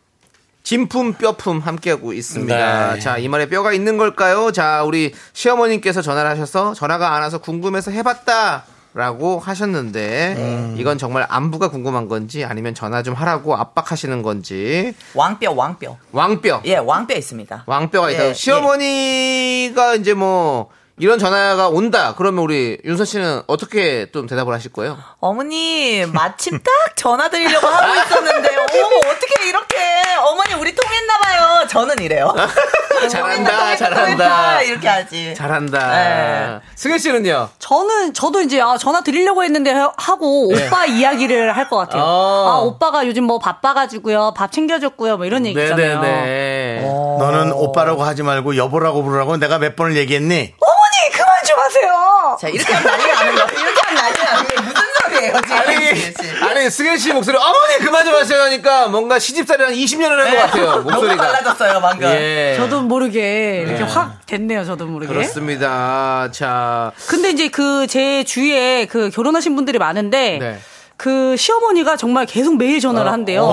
진품 뼈품 함께하고 있습니다. 네. 자 이 말에 뼈가 있는 걸까요? 자 우리 시어머님께서 전화를 하셔서 전화가 안 와서 궁금해서 해봤다. 라고 하셨는데 음. 이건 정말 안부가 궁금한 건지 아니면 전화 좀 하라고 압박하시는 건지 왕뼈 왕뼈 왕뼈 예 왕뼈 있습니다 왕뼈가 있다 예, 시어머니가 이제 뭐 이런 전화가 온다 그러면 우리 윤서 씨는 어떻게 좀 대답을 하실 거예요? 어머니 마침 딱 전화 드리려고 하고 있었는데 어머 어떻게 이렇게 어머니 우리 통했나 봐요 저는 이래요 아, 잘한다 통했다, 잘한다 예. 이렇게 하지 잘한다 승혜 씨는요? 저는 저도 이제 아, 전화 드리려고 했는데 하- 하고 네. 오빠 이야기를 할 것 같아요. 어. 아 오빠가 요즘 뭐 바빠가지고요, 밥 챙겨줬고요, 뭐 이런 음. 얘기잖아요. 어. 너는 오빠라고 하지 말고 여보라고 부르라고 내가 몇 번을 얘기했니? 어머니 그만 좀 하세요. 자 이렇게 하면 난리 나는 거 이렇게 하면 난리 나는 게 무슨 소리예요 지금 아니, 아니 승혜 씨 목소리 어머니 그만 좀 하세요 하니까 뭔가 시집살이 한 20년을 한 것 같아요 목소리가 달라졌어요 방금 예. 저도 모르게 이렇게 예. 확 됐네요. 저도 모르게. 그렇습니다 자 근데 이제 그 제 주위에 그 결혼하신 분들이 많은데 네. 그 시어머니가 정말 계속 매일 전화를 한대요.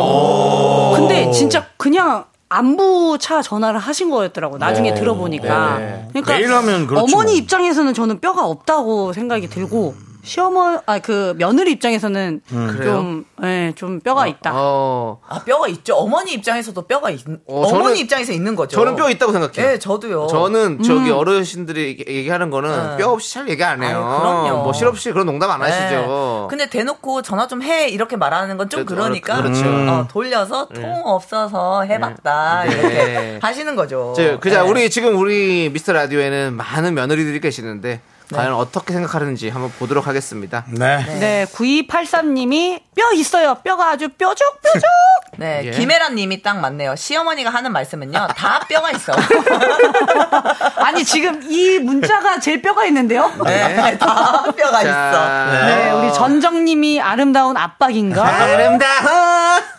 근데 진짜 그냥 안부차 전화를 하신 거였더라고. 나중에 오. 들어보니까. 네네. 그러니까 매일 하면 그렇지 어머니 뭐. 입장에서는 저는 뼈가 없다고 생각이 들고 시어머 아그 며느리 입장에서는 그래요? 좀 예, 좀 뼈가 있다. 어. 아 뼈가 있죠 어머니 입장에서도 뼈가 있 어, 어, 저는- 머니 입장에서 있는 거죠 저는 뼈 있다고 생각해요. 예 저도요 음. 저는 저기 어르신들이 얘기- 얘기하는 거는 네. 뼈 없이 잘 얘기 안 해요. 아유, 그럼요. 뭐 실없이 그런 농담 안 하시죠. 네. 근데 대놓고 전화 좀 해 이렇게 말하는 건 좀 그래도 그러니까 어렵- 그렇죠. 음. 어, 돌려서 통 없어서 해봤다 네. 이렇게 네. 하시는 거죠. 저, 그자 네. 우리 지금 우리 미스터 라디오에는 많은 며느리들이 계시는데 네. 과연 어떻게 생각하는지 한번 보도록 하겠습니다. 네. 네, 9283님이 뼈 있어요. 뼈가 아주 뾰족 뾰족. 네, 예. 김혜란님이 딱 맞네요. 시어머니가 하는 말씀은요, 다 뼈가 있어. 아니 지금 이 문자가 제일 뼈가 있는데요. 네, 다 뼈가 자, 있어. 네, 우리 전정님이 아름다운 압박인가? 아름다운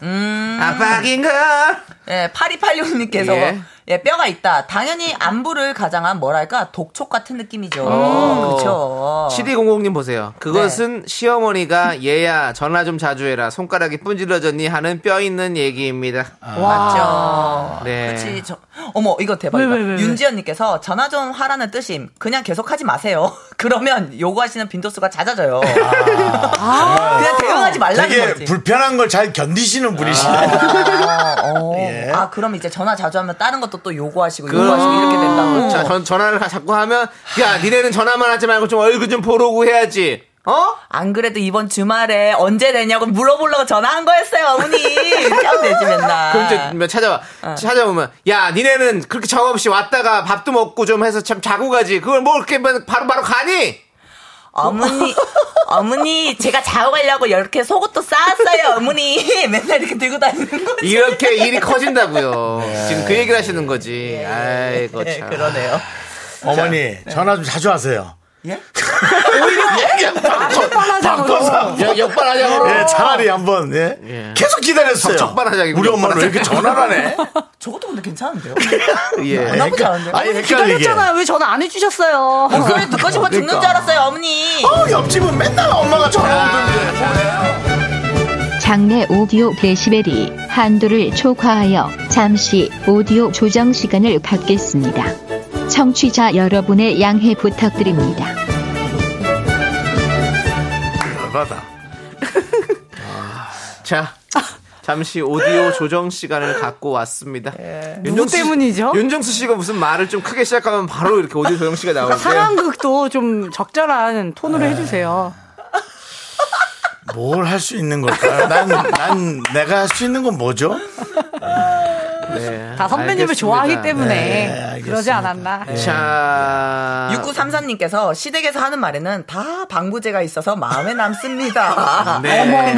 음. 아빠인가? 네, 8286님께서 예. 예. 뼈가 있다. 당연히 안부를 가장한 뭐랄까 독촉 같은 느낌이죠. 어. 그렇죠. 7200님 보세요. 네. 그것은 시어머니가 얘야 전화 좀 자주 해라 손가락이 분질러졌니 하는 뼈 있는 얘기입니다. 맞죠. 네. 아. 그렇지. 저- 어머 이거 대박이다. 왜, 왜, 왜, 왜? 윤지연님께서 전화 좀 하라는 뜻임. 그냥 계속하지 마세요. 그러면 요구하시는 빈도수가 잦아져요. 그냥 대응하지 말라는 되게 거지. 불편한 걸 잘 견디시는 분이시네요. 아, 어. 예. 아 그럼 이제 전화 자주 하면 다른 것도 또 요구하시고 요구하시고 이렇게 된다고. 그렇죠. 음. 자, 전, 전화를 가- 자꾸 하면, 야, 니네는 전화만 하지 말고 좀 얼굴 좀 보러고 해야지. 어? 안 그래도 이번 주말에 언제 되냐고 물어보려고 전화한 거였어요, 어머니. 이렇게 하면 되지 맨날. 그럼 이제 몇 찾아와. 찾아오면, 야, 니네는 그렇게 정없이 왔다가 밥도 먹고 좀 해서 참 자고 가지. 그걸 뭐 이렇게 바로바로 바로 가니? 어머니, 어머니, 제가 자고 가려고 이렇게 속옷도 싸왔어요, 어머니. 맨날 이렇게 들고 다니는 거지. 이렇게 일이 커진다고요. 지금 그 얘기를 하시는 거지. 아이고, 네, 참. 예, 그러네요. 어머니 전화 좀 자주 하세요. 예? 아, 바꿔서 역- 역발하자고. 어. 예, 차라리 한번 예. 예. 계속 기다렸어요. 적- 적반하장이군요. 우리 엄마는 왜 이렇게 전화를 안 해? 저것도 근데 괜찮은데요? 예. 나쁘지 않은데요? 그러니까 아니 헷갈리게. 기다렸잖아요. 왜 전화 안 해주셨어요? 아, 목소리 듣고 그러니까. 싶어 죽는 줄 알았어요, 어머니. 아. 어, 옆집은 맨날 엄마가 전화 오던데. 장내 오디오 데시벨이 한도를 초과하여 잠시 오디오 조정 시간을 갖겠습니다. 청취자 여러분의 양해 부탁드립니다. 열받아. 자, 잠시 오디오 조정 시간을 갖고 왔습니다. 예. 뭐 누구 때문이죠? 윤정수 씨가 무슨 말을 좀 크게 시작하면 바로 이렇게 오디오 조정 씨가 그러니까 나오는데. 상황극도 좀 적절한 아, 톤으로 해주세요. 뭘 할 수 있는 걸까요? 난, 난 내가 할 수 있는 건 뭐죠? 네, 다 선배님을 네, 좋아하기 때문에 네. 그러지 않았나. 자. 6934님께서 시댁에서 하는 말에는 다 방부제가 있어서 마음에 남습니다. 네,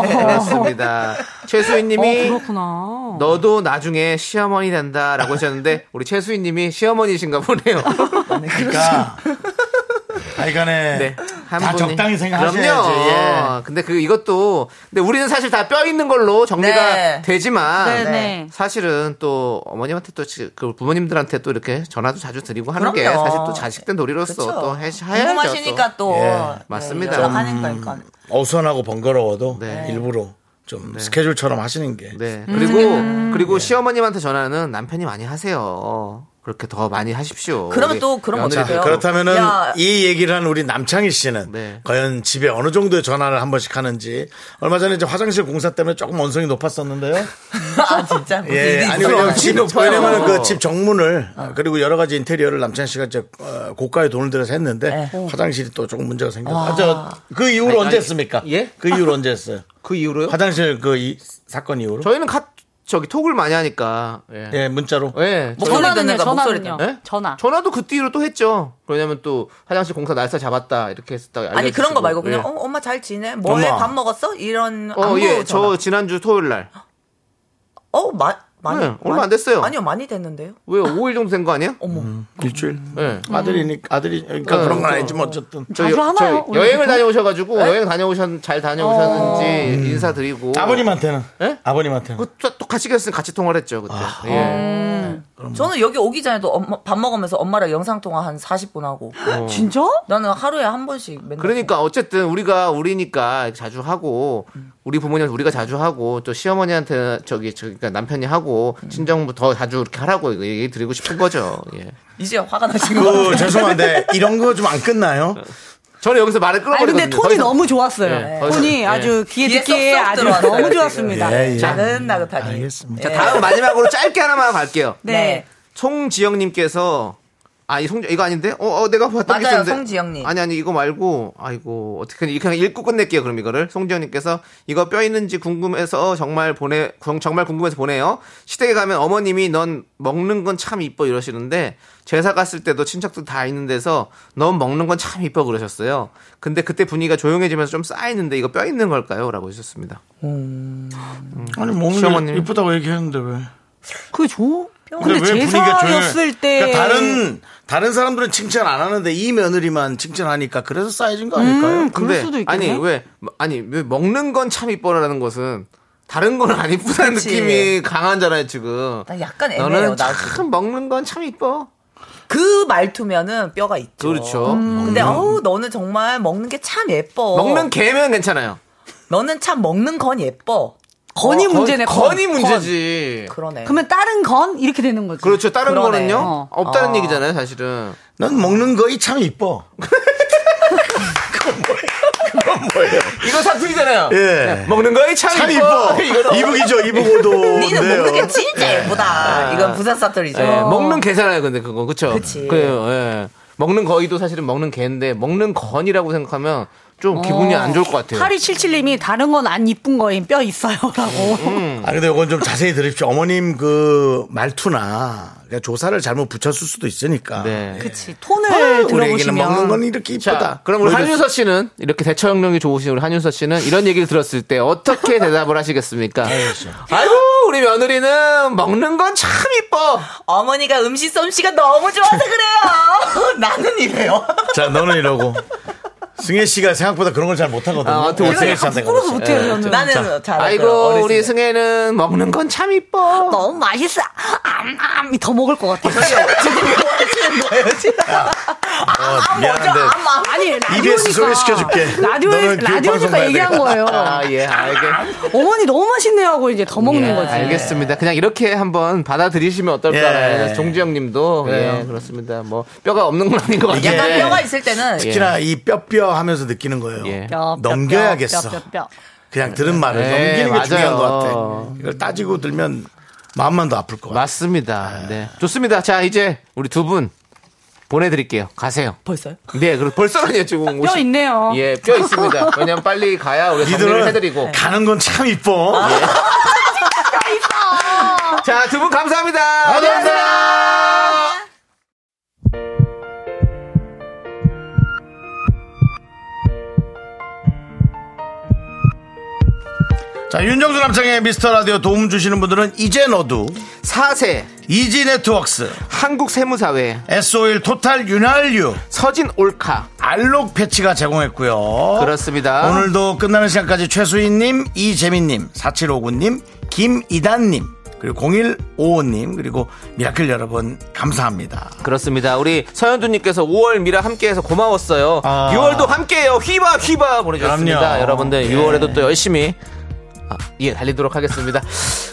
그렇죠. 그렇습니다. 어, 최수희님이 그렇구나. 너도 나중에 시어머니 된다라고 하셨는데 우리 최수희님이 시어머니이신가 보네요. 그러니까. 네. 하여간에. 네, 한 다 분이. 적당히 생각하셔야지. 그럼요. 예. 근데 그 이것도 근데 우리는 사실 다 뼈 있는 걸로 정리가 네. 되지만 네, 네. 사실은 또 어머님한테 또 그 부모님들한테 또 이렇게 전화도 자주 드리고 하는 게 그럼요. 사실 또 자식된 도리로서 그쵸. 그렇죠. 또 해- 해야죠. 궁금하시니까 또. 예, 맞습니다. 음. 네, 하는 거니까. 어수선하고 번거로워도 일부러 좀 스케줄처럼 하시는 게. 네. 그리고 음. 그리고 네. 시어머님한테 전화는 남편이 많이 하세요. 그렇게 더 많이 하십시오. 그러면 우리 또 그런 거 며느리들. 어때요? 그렇다면은 야. 이 얘기를 한 우리 남창희 씨는 네. 과연 집에 어느 정도의 전화를 한 번씩 하는지 얼마 전에 이제 화장실 공사 때문에 조금 원성이 높았었는데요. 아, 진짜? 무슨 일이 예, 아니 있어요? 왜냐면 집 왜냐면 어. 그집 정문을 아, 그리고 여러 가지 인테리어를 남창희 씨가 이제 어, 고가의 돈을 들여서 네. 했는데 화장실이 또 조금 문제가 아. 와. 생겼어요. 그 이후로 어. 아니, 언제 아니, 했습니까? 예? 그 이후로 언제 했어요? 그 이후로요? 화장실 그 이- 사건 이후로? 저희는 카 저기 톡을 많이 하니까. 예. 예, 문자로. 예. 뭐? 저희- 전화는요, 내가 목소리 네? 전화는요. 예? 전화. 전화도 그 뒤로 또 했죠. 왜냐면 또 화장실 공사 날짜 잡았다 이렇게 했다. 아니 그런 거 말고 그냥 어, 엄마 잘 지내? 뭐해? 엄마. 밥 먹었어? 이런 어, 안부 예. 전화. 저 지난주 토요일 날. 어, 마, 많이 네, 얼마 안 됐어요. 아니요, 많이 됐는데요. 왜 5일 정도 된 거 아니에요? 어머. 일주일. 예. 음. 아들이니 아들이 그러니까 어, 그런 건 저- 아니지만 어쨌든 저, 여, 하나요? 저그 여행을 다녀오셔가지고 네? 여행 다녀오셨 잘 다녀오셨는지 어. 인사드리고 음. 아버님한테는 예? 아버님한테는 그, 또, 또 같이 갔으니 같이 통화를 했죠 그때. 아. 어. 예. 저는 여기 오기 전에도 엄마, 밥 먹으면서 엄마랑 영상 통화 한 40분 하고. 어. 진짜? 나는 하루에 한 번씩 맨날. 그러니까 어쨌든 우리가 우리니까 자주 하고 우리 부모님한테 우리가 자주 하고 또 시어머니한테 저기 저기 그러니까 남편이 하고 친정부 더 자주 이렇게 하라고 이거 얘기 드리고 싶은 거죠. 예. 이제 화가 나신 거. 그 죄송한데 이런 거 좀 안 끝나요? 저는 여기서 말을 아니, 끌어버리거든요. 근데 톤이 너무 좋았어요. 네, 예, 더 이상- 톤이 예. 아주 귀에 귀에 듣기에 쏙쏙 아주 들어왔어요, 너무 지금. 좋았습니다. 예, 예. 나긋나긋하니. 알겠습니다. 예. 네. 다음 마지막으로 짧게 하나만 갈게요. 네. 송지영님께서 아이 송 이거 아닌데? 어, 어, 내가 봤던 게 맞아요, 있었는데. 송지영님. 아니 아니 이거 말고 아이고 어떻게 그냥 그냥 읽고 끝낼게요 그럼 이거를 송지영님께서 이거 뼈 있는지 궁금해서 정말 보내 정- 정말 궁금해서 보내요. 시댁에 가면 어머님이 넌 먹는 건 참 이뻐 이러시는데 제사 갔을 때도 친척들 다 있는 데서 넌 먹는 건 참 이뻐 그러셨어요. 근데 그때 분위기가 조용해지면서 좀 쌓이는데 이거 뼈 있는 걸까요?라고 하셨습니다. 아니 몸이 시어머님. 이쁘다고 얘기했는데 왜? 그 조. 근데 근데 왜 분위기가 조용해? 제사였을 때 그러니까 다른 다른 사람들은 칭찬 안 하는데 이 며느리만 칭찬하니까 그래서 쌓여진 거 아닐까요? 음. 그럴 수도 있겠네. 아니 왜 아니 왜 먹는 건 참 이뻐라는 것은 다른 건 안 이쁘다는 그치. 느낌이 강하잖아요 지금. 나 약간 애매해요, 너는 나 참 먹는 건 참 이뻐. 그 말투면은 뼈가 있죠. 음, 그렇죠. 근데 어우 너는 정말 먹는 게 참 예뻐. 먹는 개면 괜찮아요. 너는 참 먹는 건 예뻐. 건이 어, 문제네. 건, 건이 건. 문제지. 그러네. 그러면 다른 건 이렇게 되는 거지. 그렇죠. 다른 그러네. 거는요 어. 없다는 얘기잖아요 사실은. 난 먹는 거이 참 이뻐. 이거 사투리잖아요. 네, 예. 먹는 거이 참, 참 이뻐. 이뻐. 이거는 이북이죠 이북오도. 니는 먹는 게 진짜 예쁘다. 이건 부산 사투리죠. 예, 먹는 개잖아요 근데 그거 그쵸. 어. 그치. 그래요. 예. 먹는 거이도 사실은 먹는 개인데 먹는 건이라고 생각하면 좀 기분이 안 좋을 것 같아요. 파리 77님이 어. 다른 건 안 이쁜 거임 뼈 있어요라고. 아 근데 이건 좀 자세히 들으십시오. 어머님 그 말투나 그러니까 조사를 잘못 붙였을 수도 있으니까. 네. 그치 톤을 아유, 우리 애기는 들어보시면 먹는 건 이렇게 자, 이쁘다. 그럼 우리 뭐 이랬- 한윤서 씨는 이렇게 대처 역량이 좋으신 우리 한윤서 씨는 이런 얘기를 들었을 때 어떻게 대답을 하시겠습니까? 아이고 우리 며느리는 먹는 건 참 이뻐. 어머니가 음식 솜씨가 너무 좋아서 그래요. 나는 이래요. 자, 너는 이러고. 승혜 씨가 생각보다 그런 걸 잘 못하거든요. 아, 어떻게 승혜 못해요? 씨한테 부끄러워서 그렇지. 예. 못해요 저는. 나는 잘 아이고 우리 승혜는 먹는 건 참 이뻐. 너무 맛있어. 암암이 더 먹을 것 같아. 지금 뭐 하시는 거예요 어, 미안한데 아니 EBS 라디오니까. 소개시켜줄게. 라디오 너는 교육 방송 라디오니까 가야 얘기한 돼. 거예요. 아, 예, 알게. 어머니 너무 맛있네요 하고 이제 더 먹는 거지. 알겠습니다. 그냥 이렇게 한번 예. 받아들이시면 어떨까. 요 정지영 님도. 그래요. 예, 그렇습니다. 뭐, 뼈가 없는 건 아닌 것 같아요. 약간 예. 뼈가 있을 때는 특히나 예. 이 뼈뼈 하면서 느끼는 거예요. 뼈, 뼈, 넘겨야겠어. 뼈, 뼈, 뼈. 그냥 들은 말을 네, 넘기는 게 맞아요. 중요한 것 같아. 이걸 따지고 들면 마음만 더 아플 것 같아. 맞습니다. 네. 좋습니다. 자, 이제 우리 두 분 보내드릴게요. 가세요. 벌써요? 네, 그럼 벌써라니요, 지금. 뼈 오신- 있네요. 어. 예, 뼈 있습니다. 왜냐면 빨리 가야 우리 정리를 해드리고. 니들은 가는 건 참 이뻐. 자, 두 분 감사합니다. 감사합니다. 자, 윤정수 남창의 미스터 라디오 도움 주시는 분들은 이제 너도 4세 이지 네트웍스 한국세무사회 SO일 토탈 윤활유 서진 올카. 알록 패치가 제공했고요. 그렇습니다. 어? 오늘도 끝나는 시간까지 최수인님, 이재민님, 4759님, 김이단님, 그리고 0155님, 그리고 미라클 여러분, 감사합니다. 그렇습니다. 우리 서현주님께서 5월 미라 함께해서 고마웠어요. 아. 6월도 함께해요. 휘바 휘바 보내주셨습니다. 그럼요. 여러분들 예. 6월에도 또 열심히 아, 예 달리도록 하겠습니다.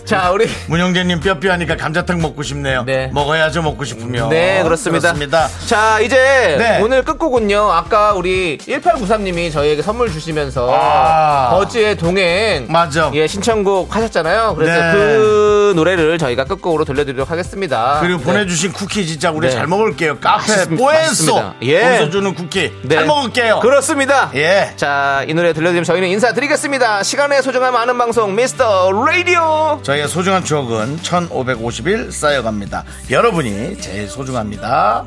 자 우리 문영재님 뼈뼈하니까 감자탕 먹고 싶네요. 네. 먹어야죠, 먹고 싶으면. 네 그렇습니다. 그렇습니다. 자 이제 네. 오늘 끝곡은요. 아까 우리 1893님이 저희에게 선물 주시면서 아. 버즈의 동행 맞아. 예 신청곡 하셨잖아요. 그래서 네. 그 노래를 저희가 끝곡으로 돌려드리도록 하겠습니다. 그리고 네. 보내주신 쿠키 진짜 우리 네. 잘 먹을게요. 카페 맛있습- 뽀엔소 맛있습니다. 예. 거기서 주는 쿠키 잘 먹을게요. 네. 그렇습니다. 예. 자, 이 노래 들려드리면 저희는 인사드리겠습니다. 시간의 소중함 아는 방송 미스터 라디오. 저희의 소중한 추억은 1551 쌓여갑니다. 여러분이 제일 소중합니다.